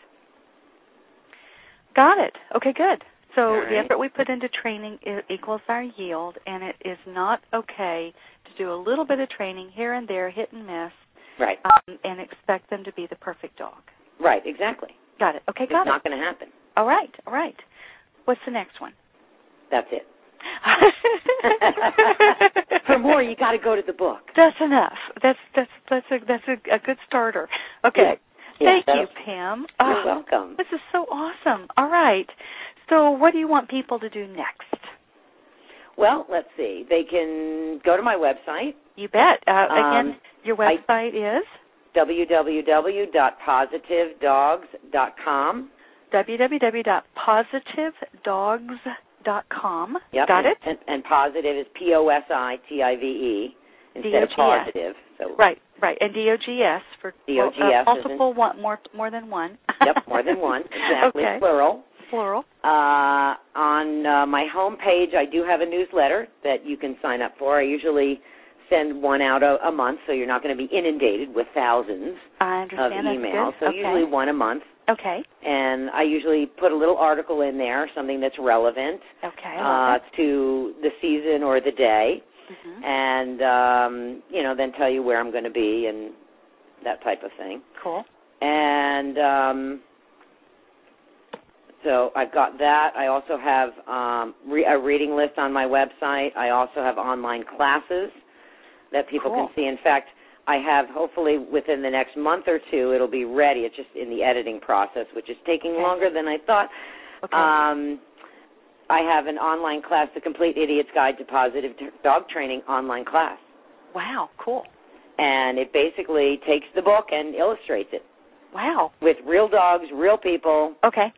Got it. Okay, good. So
All
the
right.
effort we put into training i equals our yield, and it is not okay to do a little bit of training here and there, hit and miss,
right
um, and expect them to be the perfect dog.
Uh, right exactly
Got it. Okay,
it's
got
not
it.
going to happen
All right, all right. What's the next one?
that's it for more you got to go to the book
That's enough. That's that's that's a that's a, a good starter. Okay.
Yeah,
Thank you,
that'll-
Pam.
you're
Oh,
welcome
This is so awesome. All right. So, what do you want people to do next?
well let's see they can go to my website
You bet. Uh,
Um,
again, your
I-
website is
www.positivedogs.com www.positivedogs.com.
www.positivedogs.com.
Yep.
Got
and,
it?
And, and positive is P O S I T I V E instead of
D-O-G-S.
positive. So
Right, right. And DOGS for
DOGS
uh,
is in-
multiple one more more than one.
yep, more than one. Exactly.
Okay.
Plural.
Plural.
Uh, on uh, my home page, I do have a newsletter that you can sign up for. I usually send one out a, a month, so you're not going to be inundated with thousands
I
of
understand that's
emails.
good.
So
okay.
usually one a month,
Okay.
and I usually put a little article in there, something that's relevant
Okay.
uh, to the season or the day.
hmm
and um, you know, then tell you where I'm going to be and that type of thing.
Cool.
and um so I've got that. I also have um re- a reading list on my website. I also have online classes that people
Cool.
can see. In fact, I have hopefully within the next month or two it'll be ready. It's just in the editing process, which is taking
Okay.
longer than I thought.
Okay.
Um, I have an online class, the Complete Idiot's Guide to Positive T- Dog Training online class,
wow. Cool.
and it basically takes the book and illustrates it
Wow.
with real dogs, real people,
Okay.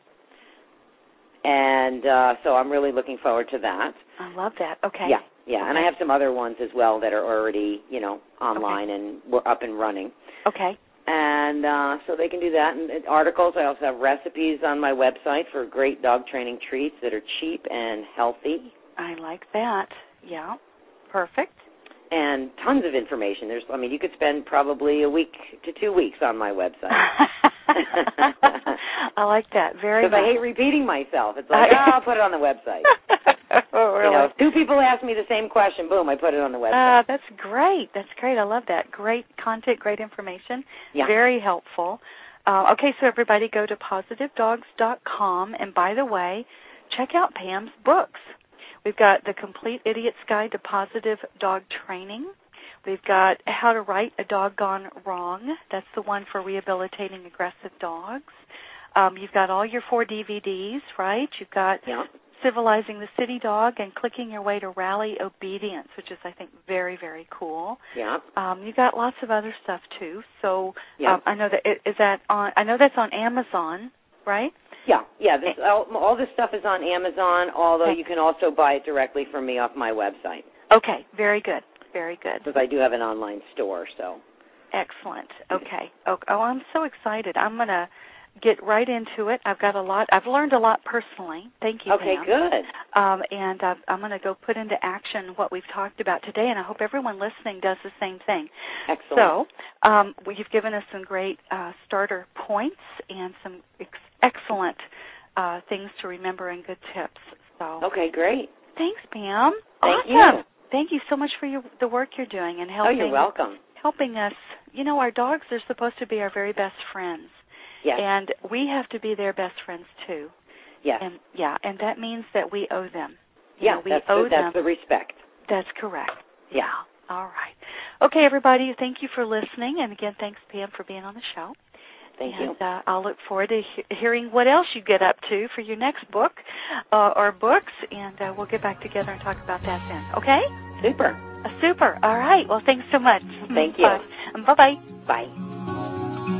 and uh, so I'm really looking forward to that.
I love that. Okay.
Yeah, yeah, and I
Okay.
have some other ones as well that are already, you know, online and we're up and running.
Okay.
and uh, so they can do that. And, and articles. I also have recipes on my website for great dog training treats that are cheap and healthy,
I like that. Yeah. Perfect.
and tons of information. There's, I mean, you could spend probably a week to two weeks on my website
I like that. Very
because
much.
I hate repeating myself. It's like, oh, I'll put it on the website.
oh, really?
You know, if two people ask me the same question, boom, I put it on the website.
Uh, that's great. That's great. I love that. Great content, great information.
yeah.
Very helpful. Uh, okay, so everybody go to positivedogs.com. And by the way, check out Pam's books. We've got The Complete Idiot's Guide to Positive Dog Training. We've got How to Write a Dog Gone Wrong. That's the one for rehabilitating aggressive dogs. Um, you've got all your four DVDs, right? You've got
yeah.
civilizing the city dog and clicking your way to rally obedience, which is I think very very cool.
Yeah.
Um, you got lots of other stuff too. So
Yeah.
um, I know that i- is that on. I know that's on Amazon, right?
Yeah, yeah. This, all, all this stuff is on Amazon, although
Okay.
you can also buy it directly from me off my website
Okay, very good, very good,
because I do have an online store. So
excellent. Okay. Oh, oh I'm so excited. I'm gonna get right into it. I've got a lot. I've learned a lot personally. Thank you.
okay,
Pam.
good.
Um, and uh, I'm going to go put into action what we've talked about today, and I hope everyone listening does the same thing.
Excellent.
So, um, well, you've given us some great uh, starter points and some ex- excellent uh, things to remember and good tips. So,
okay, great.
thanks, Pam.
Thank
awesome.
you.
Thank you so much for your, the work you're doing and
Oh,
helping
you're welcome.
helping us. You know, our dogs are supposed to be our very best friends,
Yes,
and we have to be their best friends too.
yes,
And yeah, and that means that we owe them. You
yeah.
know, we
that's
owe
the, that's
them.
the respect.
That's correct.
Yeah.
All right. Okay, everybody, thank you for listening. And again, thanks, Pam, for being on the show.
Thank
and,
you.
Uh, I'll look forward to he- hearing what else you get up to for your next book uh, or books. And uh, we'll get back together and talk about that then. Okay?
Super.
Uh, super. All right. Well, thanks so much.
Thank you.
Bye bye.
Bye.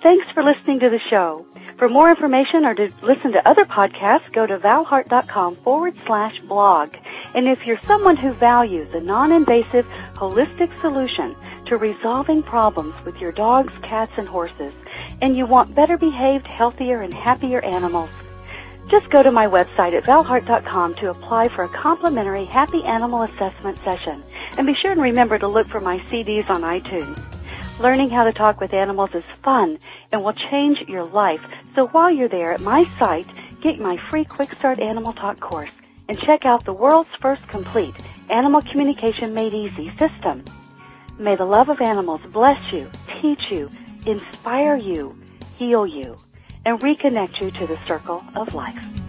Thanks for listening to the show. For more information or to listen to other podcasts, go to valhart.com forward slash blog. And if you're someone who values a non-invasive, holistic solution to resolving problems with your dogs, cats, and horses, and you want better behaved, healthier, and happier animals, just go to my website at valhart.com to apply for a complimentary happy animal assessment session. And be sure and remember to look for my CDs on iTunes. Learning how to talk with animals is fun and will change your life. So while you're there at my site, get my free Quick Start Animal Talk course and check out the world's first complete animal communication made easy system. May the love of animals bless you, teach you, inspire you, heal you, and reconnect you to the circle of life.